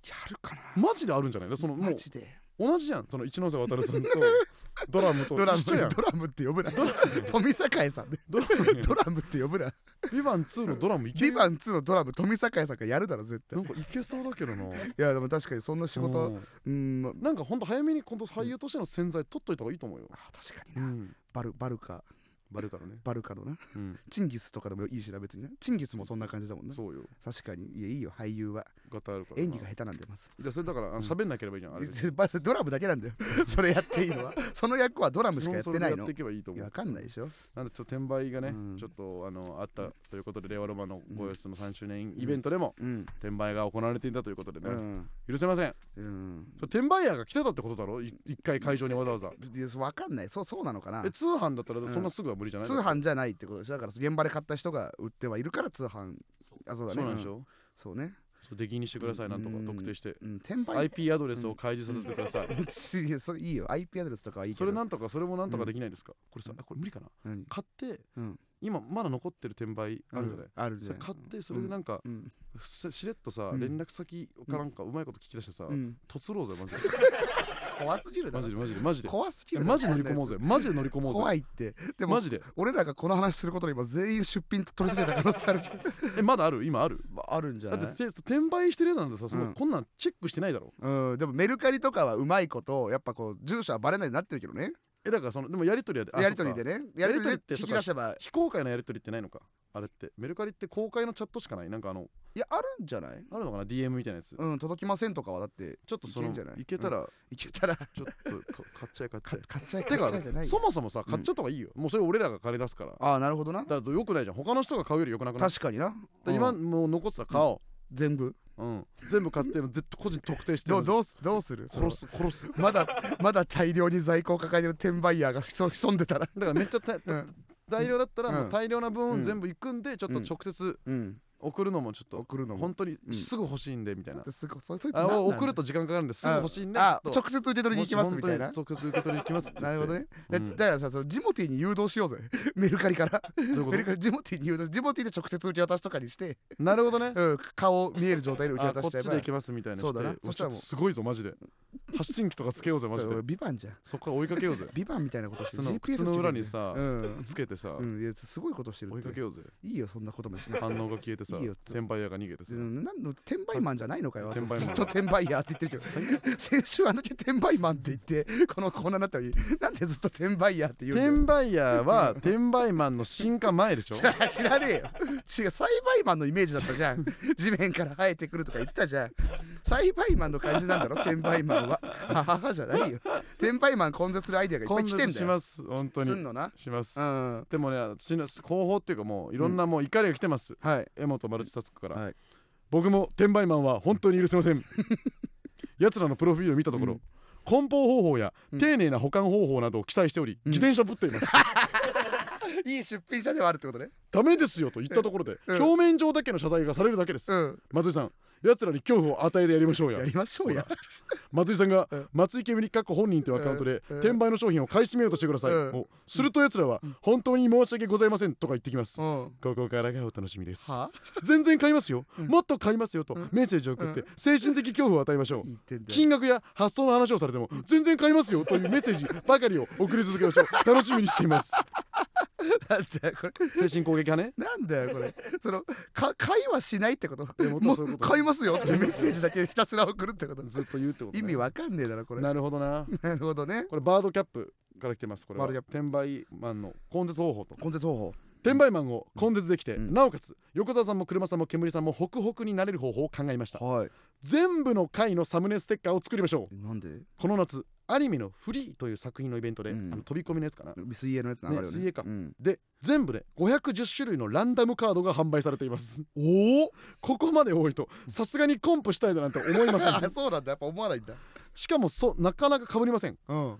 Speaker 2: やるかな
Speaker 1: マジであるんじゃないでそのも
Speaker 2: マ
Speaker 1: う
Speaker 2: ジで
Speaker 1: 同じじゃんその一ノ瀬渡さん
Speaker 2: [LAUGHS]
Speaker 1: と [LAUGHS] ドラムと
Speaker 2: ドラム
Speaker 1: 一緒やん
Speaker 2: ドラムって呼ぶな
Speaker 1: [LAUGHS]
Speaker 2: 富栄さんで
Speaker 1: ドラム
Speaker 2: ドラムって呼ぶな
Speaker 1: ビバン2のドラムいけ
Speaker 2: ビ
Speaker 1: る
Speaker 2: バン2のドラム富栄さんがやるだろ絶対
Speaker 1: なんかいけそうだけどな
Speaker 2: いやでも確かにそんな仕
Speaker 1: う
Speaker 2: 事
Speaker 1: ん
Speaker 2: うんま
Speaker 1: なんかほんと早めに今度俳優としての潜在取っといた方がいいと思うよ
Speaker 2: あ、確かに
Speaker 1: う、
Speaker 2: なんバルバルカ
Speaker 1: バレるからね、
Speaker 2: バルカのな
Speaker 1: うん、
Speaker 2: チンギスとかでもいいしな別になチンギスもそんな感じだもんな
Speaker 1: そうよ
Speaker 2: 確かにいやいいよ俳優は
Speaker 1: ガタあるからな
Speaker 2: 演技が下手なんでます
Speaker 1: いやそれだからあの
Speaker 2: うん
Speaker 1: 喋んなければいいじゃんあれで
Speaker 2: [LAUGHS] まずドラムだけなんだよ
Speaker 1: [LAUGHS]
Speaker 2: それやっていいのはその役はドラムしかやっ
Speaker 1: それ
Speaker 2: て
Speaker 1: でや
Speaker 2: ない
Speaker 1: っ
Speaker 2: の
Speaker 1: ていけばいいと
Speaker 2: い
Speaker 1: 思
Speaker 2: や
Speaker 1: う
Speaker 2: わかんないでしょ
Speaker 1: なんでちょっと転売がね、
Speaker 2: うん
Speaker 1: ちょっとあのあったということで令和ロマンのご様子の3周年イベントでも
Speaker 2: うん
Speaker 1: 転売が行われていたということでね、
Speaker 2: うん
Speaker 1: 許せません
Speaker 2: うん
Speaker 1: それ転売屋が来てたってことだろい一回会場にわざわざ
Speaker 2: いやわかんないそうそうなのかな
Speaker 1: え通販だったら
Speaker 2: ん
Speaker 1: そんなすぐは無理じゃない、
Speaker 2: 通販じゃないってことでしょだから現場で買った人が売ってはいるから通販あそうだね
Speaker 1: そうなんでしょ、
Speaker 2: んそうね
Speaker 1: そう出禁にしてくださいなんとか
Speaker 2: うん
Speaker 1: 特定して
Speaker 2: うん転売
Speaker 1: IP アドレスを開示させてくだ [LAUGHS] さい、
Speaker 2: [LAUGHS] いやそういいよ IP アドレスとかはいいけ
Speaker 1: そ
Speaker 2: ど
Speaker 1: れなんとかそれもなんとかできないですか、これさあこれ無理かな
Speaker 2: 何
Speaker 1: 買って、
Speaker 2: うん
Speaker 1: 今まだ残ってる転売あるじゃない、
Speaker 2: うんあるじ
Speaker 1: そ
Speaker 2: ゃ
Speaker 1: れ
Speaker 2: ん
Speaker 1: 買ってそれでなんか、
Speaker 2: うん
Speaker 1: ふさしれっとさ、
Speaker 2: うん
Speaker 1: 連絡先かなんかうまいこと聞き出してさ、
Speaker 2: うん
Speaker 1: とつろうぜマジで
Speaker 2: 怖すぎるだ
Speaker 1: マジで
Speaker 2: ろ
Speaker 1: マジでマジで
Speaker 2: 怖すぎるだろ
Speaker 1: マジで乗り込もうぜマジで乗り込もうぜ
Speaker 2: 怖いってでも
Speaker 1: マジで
Speaker 2: 俺らがこの話することで今全員出品取り付けた可能性あるじゃん
Speaker 1: え [LAUGHS] まだある今ある
Speaker 2: まああるんじゃ
Speaker 1: だっ
Speaker 2: ない
Speaker 1: てて転売してるやつなんてさその、
Speaker 2: うん
Speaker 1: こんなんチェックしてないだろ
Speaker 2: うん、でもメルカリとかはうまいことやっぱこう住所はバレないようになってるけどね
Speaker 1: えだからそのでもやりとりやであ
Speaker 2: やりとり
Speaker 1: そ
Speaker 2: で
Speaker 1: っか
Speaker 2: ねやり
Speaker 1: や
Speaker 2: とりで
Speaker 1: りとりって
Speaker 2: 聞き出せば
Speaker 1: 非公開のやりとりってないのかあれってメルカリって公開のチャットしかないなんかあの
Speaker 2: いやあるんじゃない
Speaker 1: あるのかな DM みたいなやつ、
Speaker 2: うん届きませんとかはだって
Speaker 1: ちょっとその
Speaker 2: いけ
Speaker 1: い
Speaker 2: んじゃない
Speaker 1: けたら
Speaker 2: いけたら
Speaker 1: ちょっとか買っちゃえ買っちゃえ
Speaker 2: 買っちゃえ
Speaker 1: て
Speaker 2: 買っ
Speaker 1: か
Speaker 2: ちゃえじゃない
Speaker 1: そ
Speaker 2: よ
Speaker 1: もそもさ買っちゃった方がいいよ、もうそれ俺らが金出すからだ
Speaker 2: ああなるほどな
Speaker 1: からよくないじゃん他の人が買うよりよくなくない
Speaker 2: 確かにな
Speaker 1: だから今
Speaker 2: うん
Speaker 1: もう残ってたら買お
Speaker 2: 全部
Speaker 1: う、うん全部買っても絶対個人特定して
Speaker 2: どうどうすどうする
Speaker 1: 殺す殺す
Speaker 2: そのまだまだ大量に在庫を抱えてる転売ヤーが潜潜んでたら
Speaker 1: だからめっちゃた
Speaker 2: [LAUGHS] うん
Speaker 1: 大量だったら
Speaker 2: うん
Speaker 1: もう大量な
Speaker 2: う
Speaker 1: 分
Speaker 2: ん
Speaker 1: 全部いくんでちょっと直接
Speaker 2: うん
Speaker 1: お送るのもちょっと
Speaker 2: 送るのも
Speaker 1: 本当に
Speaker 2: うん
Speaker 1: すぐ欲しいんでみたいな、
Speaker 2: すごいそそいつ
Speaker 1: あ
Speaker 2: なん
Speaker 1: 送ると時間かかるんですぐ欲しいんで
Speaker 2: あ
Speaker 1: ちょっと
Speaker 2: 直接受け取りに行きますみたいな
Speaker 1: もし本当に直接受け取りに行きますって言
Speaker 2: な
Speaker 1: って
Speaker 2: るほどね、
Speaker 1: う
Speaker 2: だ
Speaker 1: ん
Speaker 2: だからさそのジモティーに誘導しようぜ [LAUGHS] メルカリから
Speaker 1: どういうこ
Speaker 2: メルカリジモティーに誘導ジモティーで直接受け渡しとかにして、
Speaker 1: となるほどね
Speaker 2: うん、顔見える状態で受け
Speaker 1: あ
Speaker 2: 渡
Speaker 1: こ
Speaker 2: し
Speaker 1: っ
Speaker 2: ちゃえば
Speaker 1: ちで行きますみたいなして
Speaker 2: そうだな
Speaker 1: うわ
Speaker 2: そしたらもう
Speaker 1: ちょっとすごいぞマジで発信機とかつけようぜマジで
Speaker 2: そうビバンじゃん
Speaker 1: そこから追いかけようぜ
Speaker 2: ビバンみたいなことして
Speaker 1: 靴の
Speaker 2: GPS
Speaker 1: 靴の裏にさ
Speaker 2: うん、
Speaker 1: つけてさ
Speaker 2: うん、いやすごいことしてる
Speaker 1: 追い
Speaker 2: っ
Speaker 1: か
Speaker 2: て
Speaker 1: けようぜ
Speaker 2: いいよそんなこともしな
Speaker 1: 反応が消えてさ
Speaker 2: いいよ
Speaker 1: 転売屋が逃げてさ
Speaker 2: うんなんの転売マンじゃないのかよ
Speaker 1: 転売マン
Speaker 2: ずっと転売ヤーって言ってるけど先週あんだけ転売マンって言ってこのコーナーになったのになんでずっと転売ヤーって言うんだよ
Speaker 1: 転売屋は転売マンの進化前で
Speaker 2: [LAUGHS]
Speaker 1: しょ
Speaker 2: 知らねえよ違う栽培マンのイメージだったじゃん地面から生えてくるとか言ってたじゃん栽培マンの感じなんだろ転売マンははははじゃないよ転売マン根絶するアイデアがいっぱ
Speaker 1: 今
Speaker 2: い来て
Speaker 1: 度
Speaker 2: んだ
Speaker 1: し
Speaker 2: よ
Speaker 1: ます本当
Speaker 2: すん
Speaker 1: に
Speaker 2: のな
Speaker 1: します
Speaker 2: うん
Speaker 1: でもね私の広報っていうかもういろんなもう怒りが来てます
Speaker 2: はい
Speaker 1: 江本マルチタスクから、
Speaker 2: はい
Speaker 1: 僕も転売マンは本当に許せませ
Speaker 2: [LAUGHS]
Speaker 1: ん奴らのプロフィールを見たところ、
Speaker 2: うん
Speaker 1: 梱包方法や
Speaker 2: うん
Speaker 1: 丁寧な保管方法などを記載しており、
Speaker 2: うん
Speaker 1: 自転車ぶってい
Speaker 2: [LAUGHS]
Speaker 1: ます、
Speaker 2: いい出品者ではあるってことね
Speaker 1: ダメですよと言ったところで、
Speaker 2: うん
Speaker 1: 表面上だけの謝罪がされるだけです、
Speaker 2: うん
Speaker 1: 松井さん奴らに恐怖を与えてやりましょうや
Speaker 2: やりましょうや
Speaker 1: 松井さんが
Speaker 2: うん
Speaker 1: 松井ケミリッカ本人というアカウントで
Speaker 2: うん
Speaker 1: 転売の商品を買い占めようとしてください、
Speaker 2: うん
Speaker 1: おすると奴らは本当に申し訳ございませんとか言ってきます、
Speaker 2: うん
Speaker 1: ここからがお楽しみです
Speaker 2: は
Speaker 1: 全然買いますよ、
Speaker 2: ん
Speaker 1: もっと買いますよと
Speaker 2: ん
Speaker 1: メッセージを送って精神的恐怖を与えましょう、
Speaker 2: 言ってんだよ
Speaker 1: 金額や発想の話をされても全然買いますよというメッセージばかりを送り続けましょ
Speaker 2: [LAUGHS]
Speaker 1: う楽しみにしています
Speaker 2: なんだよこれ
Speaker 1: 精神攻撃派ね
Speaker 2: なんだよこれそのか会話しないってこと
Speaker 1: でも
Speaker 2: も
Speaker 1: そういう
Speaker 2: う
Speaker 1: こと
Speaker 2: 買いますよってメッセージだけひたすら送るって
Speaker 1: [LAUGHS]
Speaker 2: こと
Speaker 1: ずっと言うってこと、ね、
Speaker 2: 意味わかんねえだろこれな
Speaker 1: なるほどな
Speaker 2: るほどね
Speaker 1: これバードキャップから来てますこれは
Speaker 2: バー
Speaker 1: 転
Speaker 2: ド
Speaker 1: 売マンの根絶方法と
Speaker 2: 根絶方法
Speaker 1: 転売マンを根絶できて、
Speaker 2: うん
Speaker 1: なおかつ横澤さんも車さんも煙さんもホクホクになれる方法を考えました
Speaker 2: はい
Speaker 1: 全部の回のサムネステッカーを作りましょう
Speaker 2: なんで
Speaker 1: この夏アニメの「フリー」という作品のイベントで、
Speaker 2: うん
Speaker 1: あの飛び込みのやつかな
Speaker 2: 水泳のやつ流れよね
Speaker 1: ね水泳か
Speaker 2: うん
Speaker 1: で全部で510種類のランダムカードが販売されています
Speaker 2: おお
Speaker 1: ここまで多いとさすがにコンプしたいだなんて思いませ
Speaker 2: [LAUGHS]
Speaker 1: ん
Speaker 2: そうなんだやっぱ思わないんだ
Speaker 1: しかもそなかなか被りません
Speaker 2: うん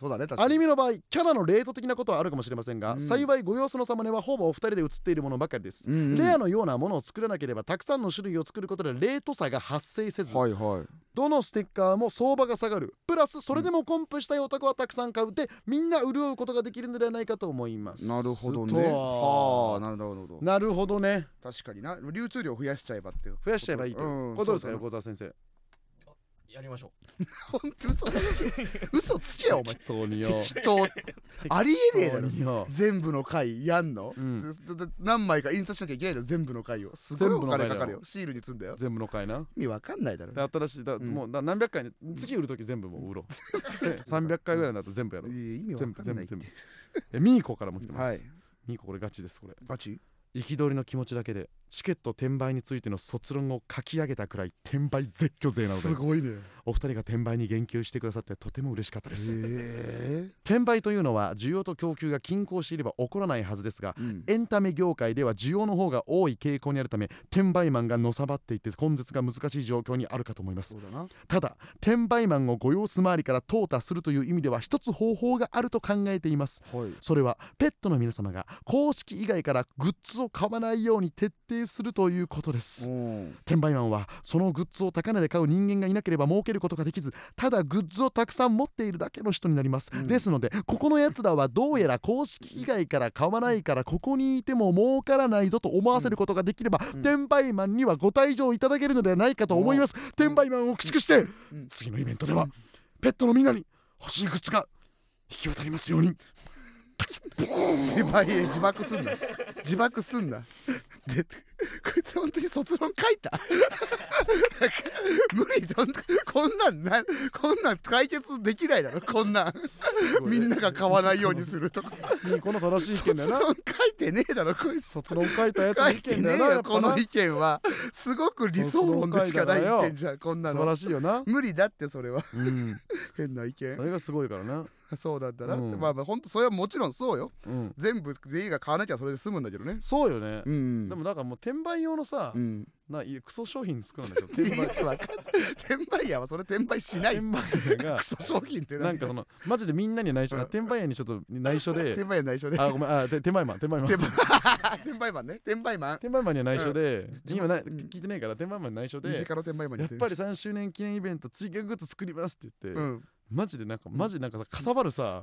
Speaker 2: そうだね確か
Speaker 1: ア
Speaker 2: に
Speaker 1: ニメの場合キャラのレート的なことはあるかもしれませんが、
Speaker 2: うん
Speaker 1: 幸いご様子のサムネはほぼお二人で写っているものばかりです、
Speaker 2: うんうん
Speaker 1: レアのようなものを作らなければたくさんの種類を作ることでレート差が発生せず、
Speaker 2: はいはい
Speaker 1: どのステッカーも相場が下がるプラスそれでもコンプしたい男はたくさん買うでみんな潤うことができるのではないかと思います
Speaker 2: なるほど
Speaker 1: と
Speaker 2: ねはあなるほど
Speaker 1: なるほどね
Speaker 2: 確かにな流通量増やしちゃえばって
Speaker 1: 増やしちゃえばいいと、
Speaker 2: うん
Speaker 1: これどうですか
Speaker 2: そうだな
Speaker 1: 横澤先生
Speaker 4: やりましょ
Speaker 1: [LAUGHS]
Speaker 2: 本当嘘つけ嘘つけよお前
Speaker 1: 適当によ
Speaker 2: 適当ありえねえだろ
Speaker 1: 適当によ
Speaker 2: 全部の回やんの、
Speaker 1: うん
Speaker 2: だだだ何枚か印刷しなきゃいけないの全部の回をすご
Speaker 1: 全
Speaker 2: い
Speaker 1: 部
Speaker 2: お
Speaker 1: の回だ
Speaker 2: 金
Speaker 1: よ
Speaker 2: かかるよシールに積んだよ
Speaker 1: 全部の回な
Speaker 2: 意味わかんないだろ
Speaker 1: で新しいだ、
Speaker 2: うん
Speaker 1: もうだ何百回に次売るとき全部もう売ろうせ300回ぐらいになったら全部やろう
Speaker 2: いや意味わか
Speaker 1: 全部
Speaker 2: ん
Speaker 1: 全部
Speaker 2: ないって
Speaker 1: 全部えミーコからも来てます、
Speaker 2: はい
Speaker 1: ミーコこれガチですこれ
Speaker 2: ガチ
Speaker 1: 憤りの気持ちだけでチケット転売についての卒論を書き上げたくらい転売絶叫勢なのです
Speaker 2: ごいね
Speaker 1: お二人が転売に言及してくださってとても嬉しかった
Speaker 2: へ
Speaker 1: です
Speaker 2: え
Speaker 1: 転売というのは需要と供給が均衡していれば起こらないはずですが
Speaker 2: うん
Speaker 1: エンタメ業界では需要の方が多い傾向にあるため転売マンがのさばっていって根絶が難しい状況にあるかと思います
Speaker 2: そうだな
Speaker 1: ただ転売マンをご様子回りから淘汰するという意味では一つ方法があると考えています
Speaker 2: はい
Speaker 1: それはペットの皆様が公式以外からグッズを買わないように徹底するということです
Speaker 2: [LAUGHS] うん
Speaker 1: 転売マンはそのグッズを高値で買う人間がいなければ儲けることができずただグッズをたくさん持っているだけの人になります、
Speaker 2: うん
Speaker 1: ですのでここのやつらはどうやら公式以外から買わないからここにいても儲からないぞと思わせることができれば、
Speaker 2: うん
Speaker 1: 転売マンにはご退場いただけるのではないかと思います、転売マンを駆逐して、
Speaker 2: うん
Speaker 1: 次のイベントでは、ペットのみんなに欲しいグッズが引き渡りますように
Speaker 2: 自爆自爆すんな自爆すんなでこいつ本当に卒論書いた [LAUGHS] なんか無理ほんとこんなんなこんなん解決できないだろこんなんみんなが買わないようにするとか
Speaker 1: この正しい意
Speaker 2: 卒
Speaker 1: 見だよな
Speaker 2: 論書いてねえだろこいつ
Speaker 1: 卒論書いたやつ
Speaker 2: 書
Speaker 1: の
Speaker 2: い
Speaker 1: 意
Speaker 2: て
Speaker 1: 見
Speaker 2: ね
Speaker 1: だよ
Speaker 2: え
Speaker 1: なや
Speaker 2: よ
Speaker 1: っぱ
Speaker 2: こ
Speaker 1: な
Speaker 2: の意見はすごく理想論でしかない意見じゃんこんな
Speaker 1: 素晴
Speaker 2: の
Speaker 1: らしいよな、
Speaker 2: 無理だってそれは
Speaker 1: うん、
Speaker 2: 変な意見
Speaker 1: それがすごいからな
Speaker 2: [LAUGHS] そうなんだなって、
Speaker 1: うん
Speaker 2: まあまあ本当それはもちろんそうよ
Speaker 1: うん、
Speaker 2: 全部全員が買わなきゃそれで済むんだけどね
Speaker 1: そうよね、
Speaker 2: うん
Speaker 1: でもなんかもう転売用のさ、
Speaker 2: うん
Speaker 1: ないやクソ商品作らない
Speaker 2: [LAUGHS]
Speaker 1: でしょ
Speaker 2: 転
Speaker 1: 転売
Speaker 2: 売わかん転売屋はそれ転売しない
Speaker 1: 転売屋が
Speaker 2: [LAUGHS] クソ商品って
Speaker 1: なんかそのマジでみんなに内緒
Speaker 2: うん
Speaker 1: 転売屋にちょっと内緒で
Speaker 2: 転売屋内緒で
Speaker 1: あごめんあて手前マン手前マン
Speaker 2: 転売 [LAUGHS] 転売マンね転売マン
Speaker 1: 転売マンには内緒で、
Speaker 2: うん
Speaker 1: 今な
Speaker 2: うん
Speaker 1: 聞いてないから転売マンに内緒で
Speaker 2: 身近な転売マン
Speaker 1: や
Speaker 2: に
Speaker 1: っぱり3周年記念イベント追加グッズ作りますって言って、
Speaker 2: うん
Speaker 1: マジでなんかマジでなんかさかさばるさ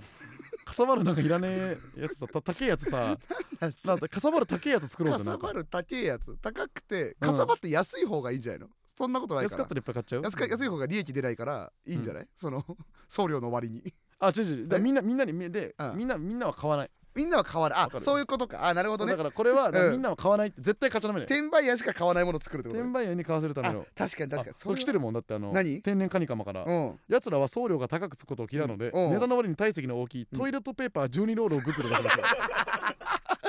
Speaker 1: かさばるなんかいらねえやつさた高えやつ
Speaker 2: [LAUGHS]
Speaker 1: さなんかかさばる高えやつ作ろう
Speaker 2: か
Speaker 1: ぜな
Speaker 2: さ
Speaker 1: んか
Speaker 2: ばる高いやつ高くてかさばって安い方がいいんじゃないのそんなことない
Speaker 1: 安か
Speaker 2: か
Speaker 1: らったらいっぱい買っちゃう
Speaker 2: 安か安い方が利益出ないからいいんじゃない、その送料の割に
Speaker 1: あ違う違うだからみんなみんなにみで、
Speaker 2: うん
Speaker 1: みんなみんなは買わない
Speaker 2: みんなは買わない
Speaker 1: わか
Speaker 2: あ
Speaker 1: る
Speaker 2: そういうことかあなるほ
Speaker 1: そ
Speaker 2: ど
Speaker 1: う
Speaker 2: ね
Speaker 1: だからこれは、だから
Speaker 2: うん
Speaker 1: みんなは買わないって絶対買っちゃダメだよ
Speaker 2: 転売屋しか買わないものを作るってこと
Speaker 1: 転
Speaker 2: ね
Speaker 1: 売屋に買わせるため
Speaker 2: あ
Speaker 1: の
Speaker 2: 確かに確かに
Speaker 1: あこれ来て
Speaker 2: る
Speaker 1: るもんだってあの
Speaker 2: 何
Speaker 1: 天然カニカマから、
Speaker 2: うん
Speaker 1: やつらは送料が高くつくことを嫌うので、
Speaker 2: うん
Speaker 1: 値段の割に体積の大きいトイレットペーパー12ロールをグッズで出しました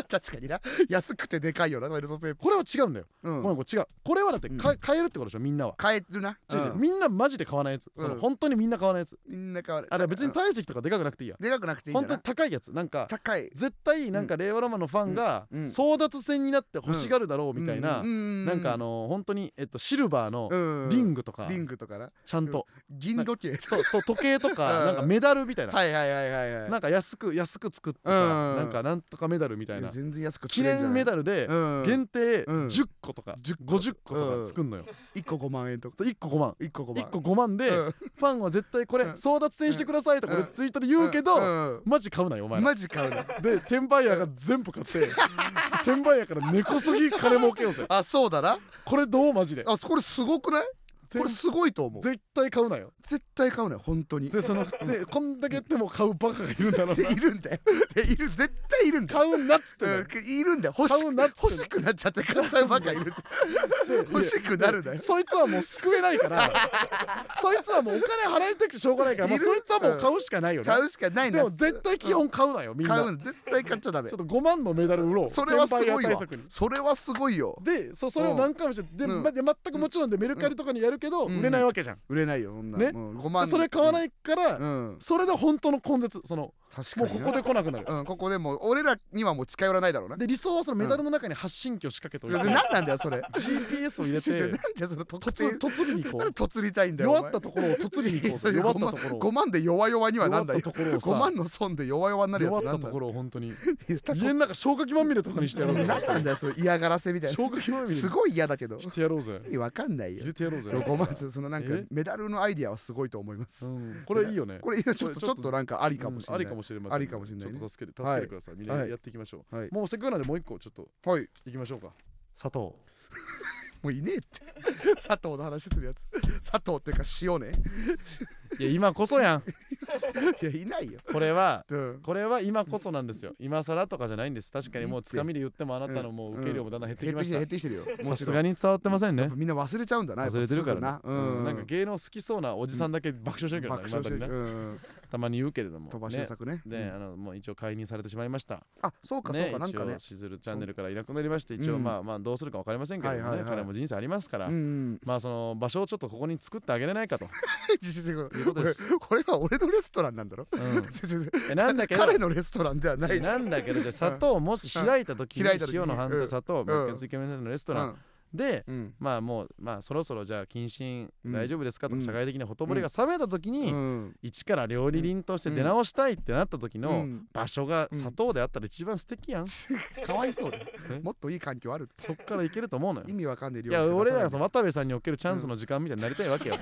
Speaker 2: 確かにな [LAUGHS] 安くてでかいよなトイレットペーパ
Speaker 1: [LAUGHS] これは違うんだよ、
Speaker 2: ー、うん
Speaker 1: これこれ違うこれはだってか、
Speaker 2: うん
Speaker 1: 買えるってことでしょみんなは
Speaker 2: 買えるな、
Speaker 1: 違う違う
Speaker 2: うん
Speaker 1: みんなマジで買わないやつ、その
Speaker 2: うん
Speaker 1: 本当にみんな買わないやつ
Speaker 2: みんな買わない
Speaker 1: あれ別に
Speaker 2: うん
Speaker 1: 体積とかでかくなくていいや
Speaker 2: でかくなくていいん
Speaker 1: 本
Speaker 2: だ
Speaker 1: 当
Speaker 2: な
Speaker 1: に高いやつなんか
Speaker 2: 高い
Speaker 1: 絶対なんか令和ロマンのファンが
Speaker 2: うんうん
Speaker 1: 争奪戦になって欲しがるだろうみたいな、な
Speaker 2: な
Speaker 1: んかあの本当にえっとシルバーの
Speaker 2: の
Speaker 1: リングとか
Speaker 2: リングとかな
Speaker 1: ちゃんと、
Speaker 2: 銀時
Speaker 1: [LAUGHS]
Speaker 2: 計 [LAUGHS]
Speaker 1: そうと時計と
Speaker 2: う
Speaker 1: か
Speaker 2: ん
Speaker 1: なんかメダルみたいな、
Speaker 2: はいはいはいはいはい
Speaker 1: なんか安く安く作ってさ、
Speaker 2: うん
Speaker 1: なんかなんとかメダルみたい
Speaker 2: い
Speaker 1: な
Speaker 2: や全然安く
Speaker 1: 記念メ
Speaker 2: ル
Speaker 1: ダルで限定
Speaker 2: うん
Speaker 1: 10個とか50個と
Speaker 2: うん
Speaker 1: か作んのよ、
Speaker 2: 1個5万円とか
Speaker 1: 1個5万
Speaker 2: 1個5万
Speaker 1: 1個5万で、
Speaker 2: うん
Speaker 1: ファンは絶対これ
Speaker 2: うん
Speaker 1: 争奪戦してくださいとか
Speaker 2: うん
Speaker 1: 俺ツイートで言うけど、
Speaker 2: うん
Speaker 1: マジ買うなよお前ら
Speaker 2: マジ買うな
Speaker 1: で転売屋が全部買って
Speaker 2: [LAUGHS]
Speaker 1: 転売屋から根こそぎ金儲けようぜ
Speaker 2: あそうだな
Speaker 1: これどうマジで
Speaker 2: あこれすごくないこれ
Speaker 1: ぜ
Speaker 2: すごいと思うん
Speaker 1: 絶対買うなよ
Speaker 2: 絶対買うなよ本当に
Speaker 1: でそのでこんだけやっても買うバカがいるんだ
Speaker 2: [LAUGHS]
Speaker 1: ろう
Speaker 2: いるんだよでいる絶対いるんだよ
Speaker 1: 買うんなっつってんだよ
Speaker 2: うんいるんだよ欲し
Speaker 1: 買う
Speaker 2: く
Speaker 1: なっつってん
Speaker 2: 欲
Speaker 1: の
Speaker 2: しくなっちゃって買っちゃうばっかいるん
Speaker 1: [LAUGHS]
Speaker 2: だよ欲しくなるなよ
Speaker 1: そいつはもう救えないから
Speaker 2: [LAUGHS]
Speaker 1: そいつはもうお金払いたくてしょうがないから、まあ、
Speaker 2: いる
Speaker 1: そいつはもう買うしかないよね
Speaker 2: 買うしかないな
Speaker 1: でも絶対基本買うなよみんな
Speaker 2: 買
Speaker 1: ち
Speaker 2: う
Speaker 1: ょ
Speaker 2: の絶対買っちゃダメ
Speaker 1: っと5万のメダル売ろう
Speaker 2: それはすご
Speaker 1: 転売屋
Speaker 2: い
Speaker 1: 対
Speaker 2: わ
Speaker 1: 策に
Speaker 2: それはすごいよ
Speaker 1: でそそれを何回もしてで,、
Speaker 2: うん
Speaker 1: まで全くもちろんでメルカリとかにやるけど、
Speaker 2: うん
Speaker 1: 売れないわけじゃん、
Speaker 2: 売れないよ女
Speaker 1: ね
Speaker 2: もう5万
Speaker 1: でそれ買わないいから、
Speaker 2: うん
Speaker 1: それで本当の根絶その
Speaker 2: 確か
Speaker 1: もう
Speaker 2: に
Speaker 1: こ
Speaker 2: な
Speaker 1: こで来なくなる、
Speaker 2: うんここでもう俺らにはもう近寄らないだろうなで
Speaker 1: で理想はそのメダルの中に発信機を仕掛けておいて、
Speaker 2: 何なんだよそれ
Speaker 1: GPS を入れ
Speaker 2: ちょち [LAUGHS] ょなん
Speaker 1: て
Speaker 2: でその特定
Speaker 1: 突突りに行こ
Speaker 2: なんで
Speaker 1: う
Speaker 2: とつりたいんだよ
Speaker 1: 弱ったところを突りに行こうぜ
Speaker 2: いや
Speaker 1: [LAUGHS] 弱ったとこ
Speaker 2: [LAUGHS]
Speaker 1: ろを
Speaker 2: 5万で弱々にはな
Speaker 1: 弱っ
Speaker 2: んだ
Speaker 1: た
Speaker 2: よ
Speaker 1: ところをさ
Speaker 2: 5万の損で弱々になるやつ
Speaker 1: 弱っ
Speaker 2: なんだ
Speaker 1: たところを本当に
Speaker 2: [LAUGHS] ろ
Speaker 1: 家の中消火器まみれとかにしてやろう
Speaker 2: 何
Speaker 1: ぜ
Speaker 2: [LAUGHS] なんだよそれ嫌がらせみたいな
Speaker 1: 消火器まみれに
Speaker 2: すごい嫌だけど
Speaker 1: してやろうぜ
Speaker 2: 意味わかんないよ
Speaker 1: 入れてやろうぜ
Speaker 2: 5万つそのなんか
Speaker 1: え
Speaker 2: メダルのアイディアはすごいと思います
Speaker 1: うんこれいいよね
Speaker 2: これちょっと
Speaker 1: これちょっと
Speaker 2: ちょっとなんかありかもしれ
Speaker 1: うんあり
Speaker 2: ない
Speaker 1: かもしれません
Speaker 2: ありかもしれないね
Speaker 1: ちょっと助けて助けてくださいみんな
Speaker 2: はい
Speaker 1: やっていきましょう
Speaker 2: はい
Speaker 1: もうせっかくなんでもう一個ちょっと
Speaker 2: はい
Speaker 1: いきましょうか佐藤
Speaker 2: もういねえって [LAUGHS] 佐藤の話するやつ佐藤っていうか
Speaker 1: [LAUGHS]
Speaker 2: 塩ね
Speaker 1: いや今こそやん
Speaker 2: いやいないよ
Speaker 1: これは
Speaker 2: うん
Speaker 1: これは今こそなんですよ今更とかじゃないんです確かにもうつかみで言ってもあなたのもう受け量もだんだん減ってきまし
Speaker 2: 減ったてきてる減ってきてるよ
Speaker 1: さ
Speaker 2: も
Speaker 1: す
Speaker 2: ちろん
Speaker 1: がに伝わってませんね
Speaker 2: みんな忘れちゃうんだなやっぱ
Speaker 1: 忘れてるからね
Speaker 2: すぐなうん
Speaker 1: なんか芸能好きそうなおじさんだけ爆笑してるけどな
Speaker 2: 爆
Speaker 1: 未
Speaker 2: 笑
Speaker 1: だ
Speaker 2: して
Speaker 1: にな
Speaker 2: るうん
Speaker 1: たまに言うけれども
Speaker 2: 鳥羽
Speaker 1: ね
Speaker 2: 周作ね
Speaker 1: で、
Speaker 2: うん
Speaker 1: あのもう一応解任されてしまいました。
Speaker 2: あそうかそう
Speaker 1: ね
Speaker 2: かなんか
Speaker 1: 一
Speaker 2: ね
Speaker 1: 応しずるチャンネルからいなくなりまして、一
Speaker 2: う
Speaker 1: 応
Speaker 2: ん
Speaker 1: まあまあどうするかわかりませんけどもね、
Speaker 2: はいはいはい
Speaker 1: 彼も人生ありますから、
Speaker 2: う
Speaker 1: [LAUGHS]
Speaker 2: んうん
Speaker 1: まあその場所をちょっとここに作ってあげれないかと。
Speaker 2: ちょちょちょ
Speaker 1: ことで
Speaker 2: これこれは俺のレストランなんだろ [LAUGHS]
Speaker 1: うん
Speaker 2: ちょちょちょ
Speaker 1: えなんだけど、
Speaker 2: 彼のレストランではない
Speaker 1: なんだけどじゃあ砂糖をもし開いた時に
Speaker 2: 開いた時に
Speaker 1: 塩の反
Speaker 2: う
Speaker 1: 対
Speaker 2: ん
Speaker 1: 砂糖熱血イケメン先生のレストランで。
Speaker 2: うん
Speaker 1: まあもうまあそろそろじゃあ謹慎
Speaker 2: うん
Speaker 1: 大丈夫ですかとか
Speaker 2: うん
Speaker 1: 社会的なほとぼりが冷めた時
Speaker 2: うん
Speaker 1: に
Speaker 2: うん
Speaker 1: 一から料理人として出直したいってなった時
Speaker 2: う
Speaker 1: の
Speaker 2: ん
Speaker 1: 場所が砂糖であったら一番素敵やん
Speaker 2: [LAUGHS] かわいそうだよ
Speaker 1: え
Speaker 2: [LAUGHS] もっといい環境あるって
Speaker 1: そっからいけると思うのよ
Speaker 2: 意味わかんない料
Speaker 1: い
Speaker 2: 理し
Speaker 1: や
Speaker 2: か出さない
Speaker 1: 俺らがその渡部さんにおけるチャンスの時間みたいになりたいわけよ、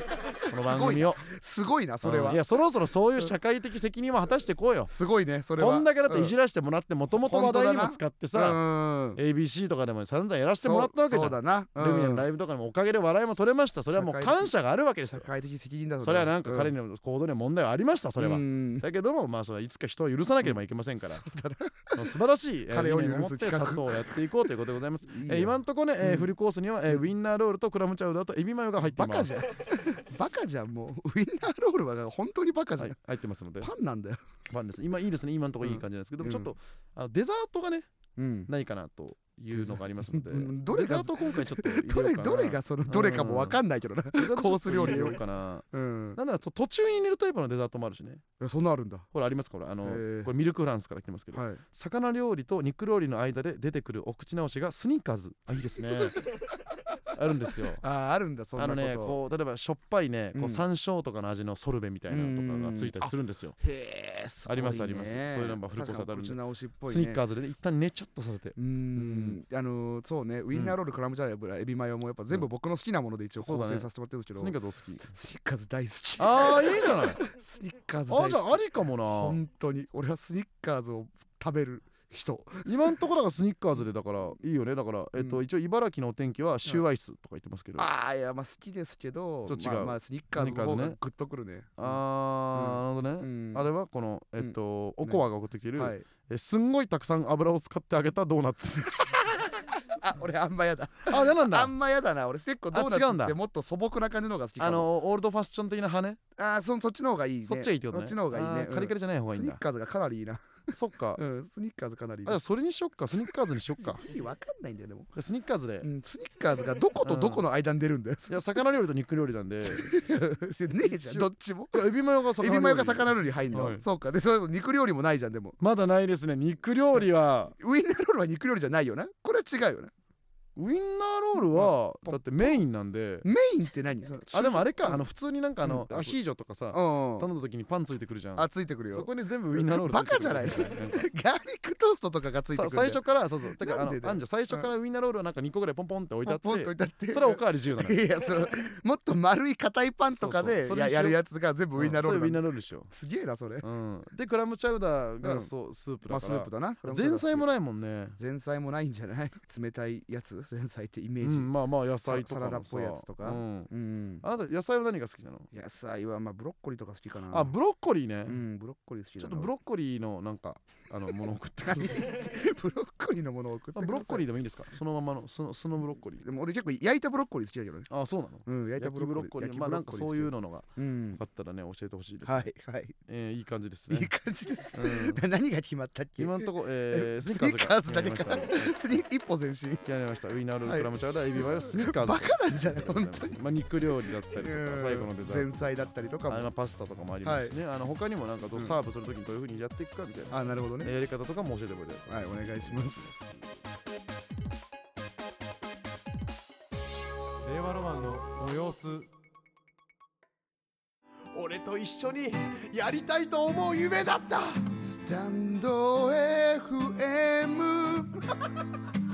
Speaker 1: この番組を
Speaker 2: すごいなそれ
Speaker 1: う
Speaker 2: は
Speaker 1: んいやそろそろそういう社会的責任は果たしてこうよ
Speaker 2: すごいねそれは
Speaker 1: こんだけだっていじ
Speaker 2: ら
Speaker 1: らしてもらってもともと話題にも使ってさ、
Speaker 2: さ
Speaker 1: ABC とかでも散々やらせてもらったわけじゃ
Speaker 2: そ
Speaker 1: ん
Speaker 2: うだな
Speaker 1: ルミネの
Speaker 2: うん
Speaker 1: ライブとかにもおかげで笑いも取れましたそれはもう
Speaker 2: 社会的
Speaker 1: 感謝があるわけです
Speaker 2: 社
Speaker 1: よ
Speaker 2: 会的責任だ
Speaker 1: それはなんか彼
Speaker 2: に
Speaker 1: の行動には問題はありましたそれは、
Speaker 2: [LAUGHS] うん
Speaker 1: だけどもまあそれはいつか人を許さなければいけませんから、その素晴らしいえー
Speaker 2: 彼を許
Speaker 1: 理
Speaker 2: す
Speaker 1: 念を持って
Speaker 2: 企
Speaker 1: 佐
Speaker 2: 画
Speaker 1: 藤をやっていこうということでございます
Speaker 2: いいよ
Speaker 1: えー今のところね、えー
Speaker 2: うん
Speaker 1: フリコースには、えーウィンナーロールとクラムチャウダーとエビマヨが入ってい
Speaker 2: バ
Speaker 1: ます
Speaker 2: カじゃん [LAUGHS] バカじゃんもうウィンナーロールは本当にバカじゃ
Speaker 1: は
Speaker 2: ん
Speaker 1: い、入ってますので
Speaker 2: パンなんだよ
Speaker 1: パンです今いいですね今のところいい感じなんですけど、
Speaker 2: うん
Speaker 1: ちょっとあのデザートがね
Speaker 2: うん
Speaker 1: ないかなというのがありますので
Speaker 2: うんどれが
Speaker 1: デザート今回ちょっと入
Speaker 2: ど
Speaker 1: れよ
Speaker 2: れ
Speaker 1: うかな
Speaker 2: どれがそのどれかもわかんないけどな、
Speaker 1: デザートちょっと入れよ
Speaker 2: コース料理
Speaker 1: うかな
Speaker 2: うん、
Speaker 1: なんならと途中に入れるタイプのデザートもあるしね
Speaker 2: えそんなあるんだ
Speaker 1: ほらありますかほらあの、
Speaker 2: へー
Speaker 1: これミルクフランスから来てますけど、
Speaker 2: はい
Speaker 1: 魚料理と肉料理の間で出てくるお口直しがスニーカーズあいい [LAUGHS] ですねあるんですよ
Speaker 2: あーあるんだそんな
Speaker 1: あ
Speaker 2: こ
Speaker 1: の
Speaker 2: と
Speaker 1: ねこう例えばしょっぱいねこ
Speaker 2: うん
Speaker 1: う山椒とかの味のソルベみたいなのとかがついたりするんですよ、
Speaker 2: へえすご
Speaker 1: あ
Speaker 2: い、ね、
Speaker 1: りますありますそういうナンバーフルコース当たるんで
Speaker 2: 確かに口直しっぽい、
Speaker 1: ス
Speaker 2: ね、
Speaker 1: ニッカーズでね一旦ねちょっとさせて
Speaker 2: うーんあのーそうねウインナーロール、クラムチャウダーエビマヨもやっぱ全部僕の好きなもので一応
Speaker 1: そう
Speaker 2: 構
Speaker 1: だね
Speaker 2: 成させてもらってるんですけど、
Speaker 1: スニッカーズお好き
Speaker 2: スニッカーズ大好き
Speaker 1: [LAUGHS] ああいいじゃない
Speaker 2: スニッカーズ大好
Speaker 1: あ
Speaker 2: き
Speaker 1: じゃあありかもな
Speaker 2: 本当に俺はスニッカーズを食べる人
Speaker 1: 今んところがスニッカーズでだからいいよねだから、えっ
Speaker 2: う
Speaker 1: と一応茨城のお天気はシューアイスとか言ってますけど、あ
Speaker 2: ああいやまあ好きですけど
Speaker 1: ちょっと違う
Speaker 2: まあ、まあスニッカーズの
Speaker 1: ス
Speaker 2: 方
Speaker 1: ニッカーズ
Speaker 2: が
Speaker 1: ね
Speaker 2: グッとくるね
Speaker 1: あーなるほど
Speaker 2: う
Speaker 1: ね、
Speaker 2: ん
Speaker 1: あれはこのえっと、おこわが送ってきてる、
Speaker 2: はい
Speaker 1: えすんごいたくさん油を使って揚げたドーナツ
Speaker 2: あ俺あんまやだ
Speaker 1: あ嫌なんだ
Speaker 2: あ
Speaker 1: あ
Speaker 2: んまやだな俺結構ドー
Speaker 1: あ違うん
Speaker 2: ナツ
Speaker 1: だ
Speaker 2: ってもっと素朴な感じの方が好きかも
Speaker 1: のオールドファッション的な羽、ね、
Speaker 2: あーそそっちの方がいいね
Speaker 1: そっちはいいってことね
Speaker 2: そっちの方がいいね
Speaker 1: あーカリカリじゃない方がいい
Speaker 2: ス
Speaker 1: ん
Speaker 2: ニ
Speaker 1: だ
Speaker 2: ッカーズがかなりいいな
Speaker 1: そっか、あ
Speaker 2: うんスニッカーズかなりいい
Speaker 1: じゃあそれにしよっかスニッカーズにしよっか
Speaker 2: 意味わかんないんだよでも、
Speaker 1: でスニッカーズで、
Speaker 2: うん、スニッカーズがどことどこの間に出るんだよ、
Speaker 1: いや魚料理と肉料理なんでい
Speaker 2: ねえじゃん
Speaker 1: 一応
Speaker 2: どっちも
Speaker 1: やエビマヨが魚
Speaker 2: エ
Speaker 1: 料理
Speaker 2: ビマヨが魚料理に入んの、
Speaker 1: はい
Speaker 2: そうかでそれ肉料理もないじゃんでも
Speaker 1: まだないですね肉料理は
Speaker 2: ウインナーロールは肉料理じゃないよなこれは違うよな
Speaker 1: ウインナーロールは
Speaker 2: うん
Speaker 1: だってメインなんで
Speaker 2: メインって何その
Speaker 1: あでもあれ
Speaker 2: う
Speaker 1: か
Speaker 2: ん
Speaker 1: あの普通になんかあの
Speaker 2: うん
Speaker 1: アヒージョとかさ
Speaker 2: うんうん
Speaker 1: 頼んだ時にパンついてくるじゃん
Speaker 2: あついてくる
Speaker 1: そ
Speaker 2: よ
Speaker 1: こに全部ウインナーロール
Speaker 2: バカじゃない
Speaker 1: つてくるんか
Speaker 2: ガーリックトーストとかがついてく
Speaker 1: さ最
Speaker 2: る
Speaker 1: 初からそうそうてかあ
Speaker 2: なん
Speaker 1: の
Speaker 2: でだよ
Speaker 1: あんじゃん最初からウインナーロールはなんか2個ぐらいポンポンって置いてあっ
Speaker 2: ポンと置
Speaker 1: て
Speaker 2: いてあって
Speaker 1: それはおかわり自由なのよ
Speaker 2: いやそうもっと丸い硬いパンとかで
Speaker 1: そうそうそれ
Speaker 2: や
Speaker 1: にしよ
Speaker 2: や
Speaker 1: う
Speaker 2: るやつが全部ウインナーロー
Speaker 1: うんそれウイ
Speaker 2: ル
Speaker 1: ンナ
Speaker 2: な
Speaker 1: ーロー
Speaker 2: の
Speaker 1: ルでしょ
Speaker 2: すげえなそれ
Speaker 1: うんでクラムチャウダー
Speaker 2: う
Speaker 1: が
Speaker 2: ん
Speaker 1: そうスープ
Speaker 2: ま
Speaker 1: だ
Speaker 2: あス
Speaker 1: か
Speaker 2: ープ
Speaker 1: ら
Speaker 2: だな
Speaker 1: 前菜も
Speaker 2: な
Speaker 1: な
Speaker 2: い
Speaker 1: いもんね
Speaker 2: 前菜もないんじゃない [LAUGHS] 冷たいやつ前菜ってイメ
Speaker 1: う
Speaker 2: ージ
Speaker 1: んまあまあ野菜と
Speaker 2: サ
Speaker 1: か
Speaker 2: ラダ
Speaker 1: も
Speaker 2: っ
Speaker 1: さ
Speaker 2: ぽいやつとか
Speaker 1: うん
Speaker 2: うん
Speaker 1: あなた野菜は何が好きなの
Speaker 2: 野菜はまあブロッコリーとか好きかな
Speaker 1: あブロッコリー
Speaker 2: う
Speaker 1: ね
Speaker 2: んブロッコリー好き
Speaker 1: ち
Speaker 2: だ
Speaker 1: ょっ
Speaker 2: な
Speaker 1: とブロッコリーのなんかあのものを送って [LAUGHS] ください
Speaker 2: [LAUGHS] ブロッコリーのものを送って
Speaker 1: あブロッコリ
Speaker 2: リ
Speaker 1: ーでもいいんですかそのままのそのそのブロッコリー
Speaker 2: ーでも俺結構焼いたブロッコリー好きだけどね
Speaker 1: あそうなの
Speaker 2: うん焼いた
Speaker 1: 焼
Speaker 2: ブ
Speaker 1: き
Speaker 2: ロッ
Speaker 1: ブ
Speaker 2: コ
Speaker 1: ロ
Speaker 2: リ
Speaker 1: ッコリー
Speaker 2: ー焼き
Speaker 1: まあなんかそういう
Speaker 2: の
Speaker 1: ののが
Speaker 2: うん
Speaker 1: あったらね教えてほしいです、ね
Speaker 2: はいはい
Speaker 1: えーいい感じです
Speaker 2: いい
Speaker 1: ね
Speaker 2: 感じです
Speaker 1: うん
Speaker 2: な何が決まったっけ
Speaker 1: 今んとこ、えー、
Speaker 2: ス
Speaker 1: [LAUGHS] ス
Speaker 2: ニ
Speaker 1: ニ
Speaker 2: ッ
Speaker 1: ッ
Speaker 2: カ
Speaker 1: カ
Speaker 2: ー
Speaker 1: ー
Speaker 2: ズ
Speaker 1: ズ
Speaker 2: だ
Speaker 1: だ
Speaker 2: け
Speaker 1: け
Speaker 2: か
Speaker 1: か
Speaker 2: スニ一歩前進
Speaker 1: 決まりましたウインナーロー
Speaker 2: は
Speaker 1: ル
Speaker 2: い
Speaker 1: クラムチャウダーエビマヨスニッカーズ
Speaker 2: バカなんじゃない本当に
Speaker 1: まあ肉料理だったりとか最後のデザー
Speaker 2: 前菜だったりとか
Speaker 1: トあ
Speaker 2: も
Speaker 1: のパスタとかもありますしね、あの他にもなんかどうサーブするときにどういうふうにやっていくかみたいな、
Speaker 2: あなるほどね
Speaker 1: やり方とかも教えてもらえたら
Speaker 2: はいお願いします
Speaker 3: 令和ロマンのご様子
Speaker 5: 俺と一緒にやりたいと思う夢だった
Speaker 2: スタンド [LAUGHS] FM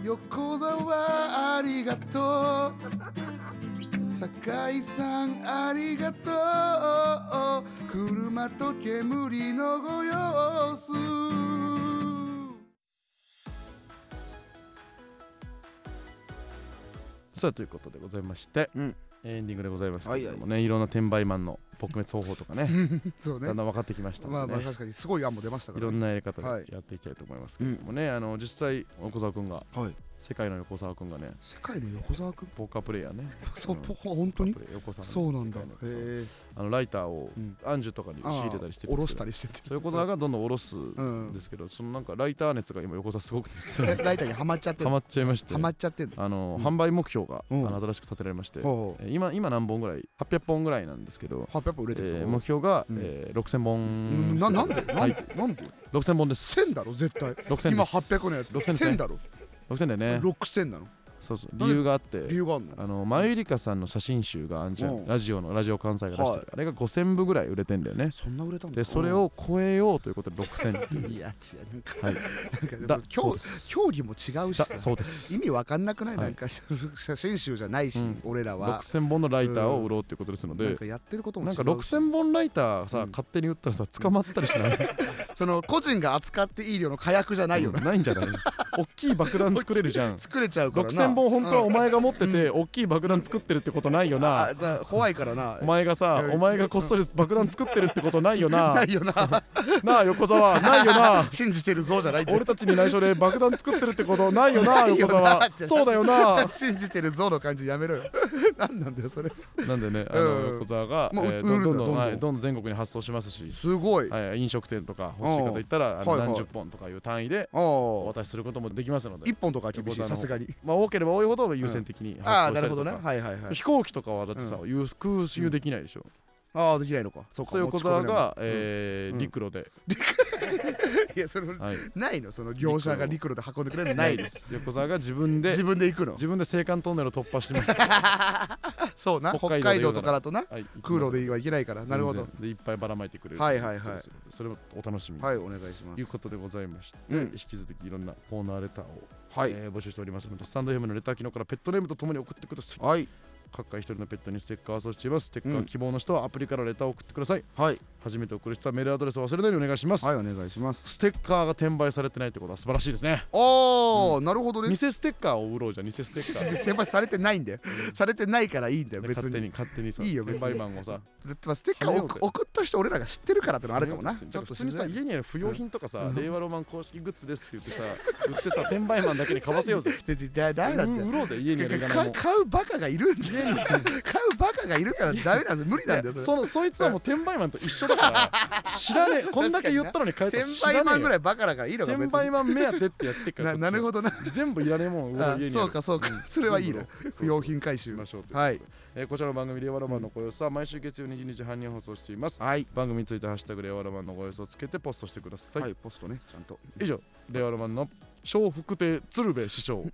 Speaker 2: 横澤ありがとう酒井さんありがとう車と煙のご様子
Speaker 1: さあということでございまして、
Speaker 2: うん
Speaker 1: エンディングでございましたけれどもね、いろんな転売マンの撲滅方法とかね
Speaker 2: そう
Speaker 1: だんだん分かってきました
Speaker 2: まあ
Speaker 1: ので、
Speaker 2: まあ
Speaker 1: ね
Speaker 2: 確かにすごい案も出ましたか
Speaker 1: い
Speaker 2: ら
Speaker 1: ろんなやり方
Speaker 2: はい
Speaker 1: でやっていきたいと思いますけれどもね、あの実際横澤君が、
Speaker 2: はい
Speaker 1: 世界の横澤君がね
Speaker 2: 世界の横澤君
Speaker 1: ポーカープレイヤーね
Speaker 2: そう
Speaker 1: うん
Speaker 2: ほ本当に
Speaker 1: ポーカープレイヤー横澤ね
Speaker 2: そうなんだ
Speaker 1: 世界
Speaker 2: へ
Speaker 1: の横澤
Speaker 2: え
Speaker 1: あのライターを
Speaker 2: うん
Speaker 1: アンジュとかに仕入れたりして
Speaker 2: おろした
Speaker 1: り
Speaker 2: りしてて
Speaker 1: 横澤がどんどん下ろす
Speaker 2: うんん
Speaker 1: ですけど、そのなんかライター熱が今横澤すごくてですね
Speaker 2: ライターにはまっちゃっ
Speaker 1: ハ
Speaker 2: てんの
Speaker 1: マっちゃいまして
Speaker 2: はまっちゃってんの
Speaker 1: あの、
Speaker 2: うん
Speaker 1: 販売目標が、
Speaker 2: うん
Speaker 1: あの新しく立てられまして、
Speaker 2: ほう
Speaker 1: えー今今何本ぐらい800本ぐらいなんですけど、
Speaker 2: 800本売れてる
Speaker 1: えー
Speaker 2: の
Speaker 1: 目標が、
Speaker 2: うん
Speaker 1: えー、6000
Speaker 2: うん
Speaker 1: 本
Speaker 2: ななんでなんで、
Speaker 1: はい
Speaker 2: なんで
Speaker 1: 6000本です
Speaker 2: 1000だろ絶対
Speaker 1: 6000
Speaker 2: 今
Speaker 1: です
Speaker 2: 800のやつ
Speaker 1: 6000です
Speaker 2: 1000
Speaker 1: ね
Speaker 2: だろ
Speaker 1: 6000だよね
Speaker 2: 6000なの
Speaker 1: そうそう
Speaker 2: だ
Speaker 1: 理由があって
Speaker 2: 理由があるの
Speaker 1: あのマユリカさんの写真集があんじゃん、
Speaker 2: うん
Speaker 1: ラジオのラジオ関西が出してる、
Speaker 2: はい
Speaker 1: あれが5000部ぐらい売れてんだよね
Speaker 2: そんな売れたんだ
Speaker 1: でそれを超えようということで6000
Speaker 2: うんいや違うなんか
Speaker 1: はい
Speaker 2: なんか
Speaker 1: だ
Speaker 2: そ
Speaker 1: そう
Speaker 2: の競
Speaker 1: です
Speaker 2: 競技も違うし
Speaker 1: だ
Speaker 2: さ
Speaker 1: そうです
Speaker 2: 意味わかんなくない
Speaker 1: はい
Speaker 2: なんか写真集じゃないし
Speaker 1: うん
Speaker 2: 俺らは
Speaker 1: 6000本のライターを売ろうということですの
Speaker 2: なん
Speaker 1: で
Speaker 2: かやってることも
Speaker 1: な
Speaker 2: 違
Speaker 1: ん
Speaker 2: う
Speaker 1: か6000本ライターさ、
Speaker 2: うん
Speaker 1: 勝手に売ったらさ捕まったりしない
Speaker 2: その個人が扱っていい量の火薬じゃ [LAUGHS] ないよな
Speaker 1: ないんじゃない大きい爆弾作れる
Speaker 2: [LAUGHS]
Speaker 1: じゃん
Speaker 2: 作れちゃうからな
Speaker 1: 6000本本当はお
Speaker 2: うん
Speaker 1: 前が持ってて、大きい爆弾作ってるってことないよな
Speaker 2: あだ怖いからな
Speaker 1: お前がさ
Speaker 2: うん
Speaker 1: お前がこっそり爆弾作ってるってことないよな
Speaker 2: [LAUGHS] ないよな
Speaker 1: なあ横澤ないよな
Speaker 2: 信じてるぞじゃないんだよ
Speaker 1: 俺たちに内緒で爆弾作ってるってことないよな
Speaker 2: [LAUGHS] ないよ
Speaker 1: 横
Speaker 2: な
Speaker 1: 澤そうだよな
Speaker 2: [LAUGHS] 信じてるぞの感じやめろよ [LAUGHS] 何なんだよそれ
Speaker 1: なんでねあの
Speaker 2: うん
Speaker 1: 横澤が、え
Speaker 2: もう
Speaker 1: ー
Speaker 2: 売る
Speaker 1: どん
Speaker 2: んだ
Speaker 1: どんど
Speaker 2: どんど
Speaker 1: ん
Speaker 2: ん
Speaker 1: はいどんどん全国に発送しますし、
Speaker 2: すごいあ
Speaker 1: はい、飲食店とか欲しい方いったらあの
Speaker 2: はいはい
Speaker 1: 何十本とかいう単位で
Speaker 2: あ
Speaker 1: お渡しすることともできますので
Speaker 2: 一、本とかは厳し
Speaker 1: ということ
Speaker 2: い
Speaker 1: なの
Speaker 2: さすがに
Speaker 1: まあ、多ければ多いほど優先的に
Speaker 2: ああ
Speaker 1: 発送した
Speaker 2: なる
Speaker 1: り
Speaker 2: ほ
Speaker 1: と
Speaker 2: ど
Speaker 1: か、
Speaker 2: ねはいはいはい
Speaker 1: 飛行機とかはだってさ、有空襲できないでしょ、
Speaker 2: ああできないのかそうか
Speaker 1: それ横澤が、えー
Speaker 2: うん
Speaker 1: 陸路で、
Speaker 2: 持ち込めないいやその
Speaker 1: はい、
Speaker 2: ないのその業者が陸路で運んでくれるのないです
Speaker 1: す横澤が自分で
Speaker 2: 自分で行くの
Speaker 1: 自分で青函トンネルを突破してます
Speaker 2: [LAUGHS] そうな
Speaker 1: 北
Speaker 2: 北
Speaker 1: 海道
Speaker 2: 海道とかだとな
Speaker 1: はい
Speaker 2: 空路ではいけないからなるほど
Speaker 1: 全然でいっぱいばらまいてくれる
Speaker 2: はいはいはい
Speaker 1: とうことですそれをお楽しみに、
Speaker 2: はいお願いしま
Speaker 1: という
Speaker 2: す
Speaker 1: ことでございまして、
Speaker 2: うん
Speaker 1: 引き続きいろんなコーナーレターを、
Speaker 2: はい
Speaker 1: えー募集しておりますのでスタンド FM のレター機能からペットネームとともに送ってください
Speaker 2: はい
Speaker 1: 各界一人のペットにステッカーを送していますステッカ
Speaker 2: う
Speaker 1: ー
Speaker 2: ん
Speaker 1: 希望の人はアプリからレターを送ってください、
Speaker 2: はい
Speaker 1: 初めて送る人はメールアドレスを忘れないようにお願いします、
Speaker 2: はいお願いします
Speaker 1: ステッカーが転売されてないってことは素晴らしいですね
Speaker 2: ああなるほどね
Speaker 1: 偽ステッカーを売ろうじゃん偽ステッカー
Speaker 2: 先輩されてないんだよされてないからいいんだよ
Speaker 1: で
Speaker 2: [LAUGHS] 別
Speaker 1: 勝手
Speaker 2: に
Speaker 1: に勝手にさ
Speaker 2: いいよ別
Speaker 1: 転売
Speaker 2: に
Speaker 1: マンをさ
Speaker 2: だってまあステッカーを送送った人俺らが知ってるからってのあるかもな
Speaker 1: ち
Speaker 2: ち
Speaker 1: ょ
Speaker 2: ょっ
Speaker 1: っと
Speaker 2: と自
Speaker 1: 普通にさ
Speaker 2: 然
Speaker 1: 家にある不用品とかさ、令和ロマン公式グッズですって言ってさ売ってさ転売マンだけに買わせよ
Speaker 2: [LAUGHS]
Speaker 1: うぜ
Speaker 2: ちょちょだだめだっ
Speaker 1: 売
Speaker 2: て
Speaker 1: ろうぜ家にあるいらないも
Speaker 2: 買うん買うバカがいるんだよ買うバカがいるからダメなんです無理なんだよ
Speaker 1: いや
Speaker 2: そ
Speaker 1: そのそいつはもう転売マンと一緒だから知ら
Speaker 2: [LAUGHS]
Speaker 1: ねえこんだけ言ったのに買えた
Speaker 2: れ
Speaker 1: ら
Speaker 2: 転
Speaker 1: 知らね
Speaker 2: 売マンぐ
Speaker 1: え
Speaker 2: ら
Speaker 1: よ
Speaker 2: いバカだからいいのか
Speaker 1: 転
Speaker 2: 別
Speaker 1: 売
Speaker 2: に
Speaker 1: マン目当てってやってっから
Speaker 2: ななるほ
Speaker 1: ど
Speaker 2: どな
Speaker 1: 全部いらねえもん俺
Speaker 2: あ
Speaker 1: の家にあ
Speaker 2: そう
Speaker 1: る
Speaker 2: かそうか [LAUGHS] それはいいな不用品回
Speaker 1: し
Speaker 2: 収
Speaker 1: ましょうと
Speaker 2: はい
Speaker 1: えーこちらの番組「令和ロマンのご様子」は毎週月曜22時半に放送しています
Speaker 2: はい
Speaker 1: 番組について「ハッシュタグ令和ロマンのご様子」をつけてポストしてください、
Speaker 2: はいポストねちゃんと
Speaker 1: 以上令和ロマンの笑福亭鶴瓶師
Speaker 2: [LAUGHS]
Speaker 1: 匠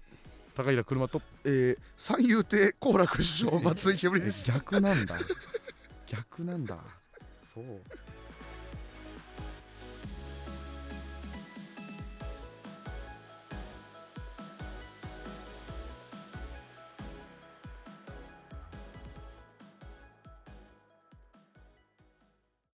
Speaker 1: 高平車と
Speaker 2: えー三遊亭好楽師匠松井ひよりです
Speaker 1: 逆なんだ逆なんだそう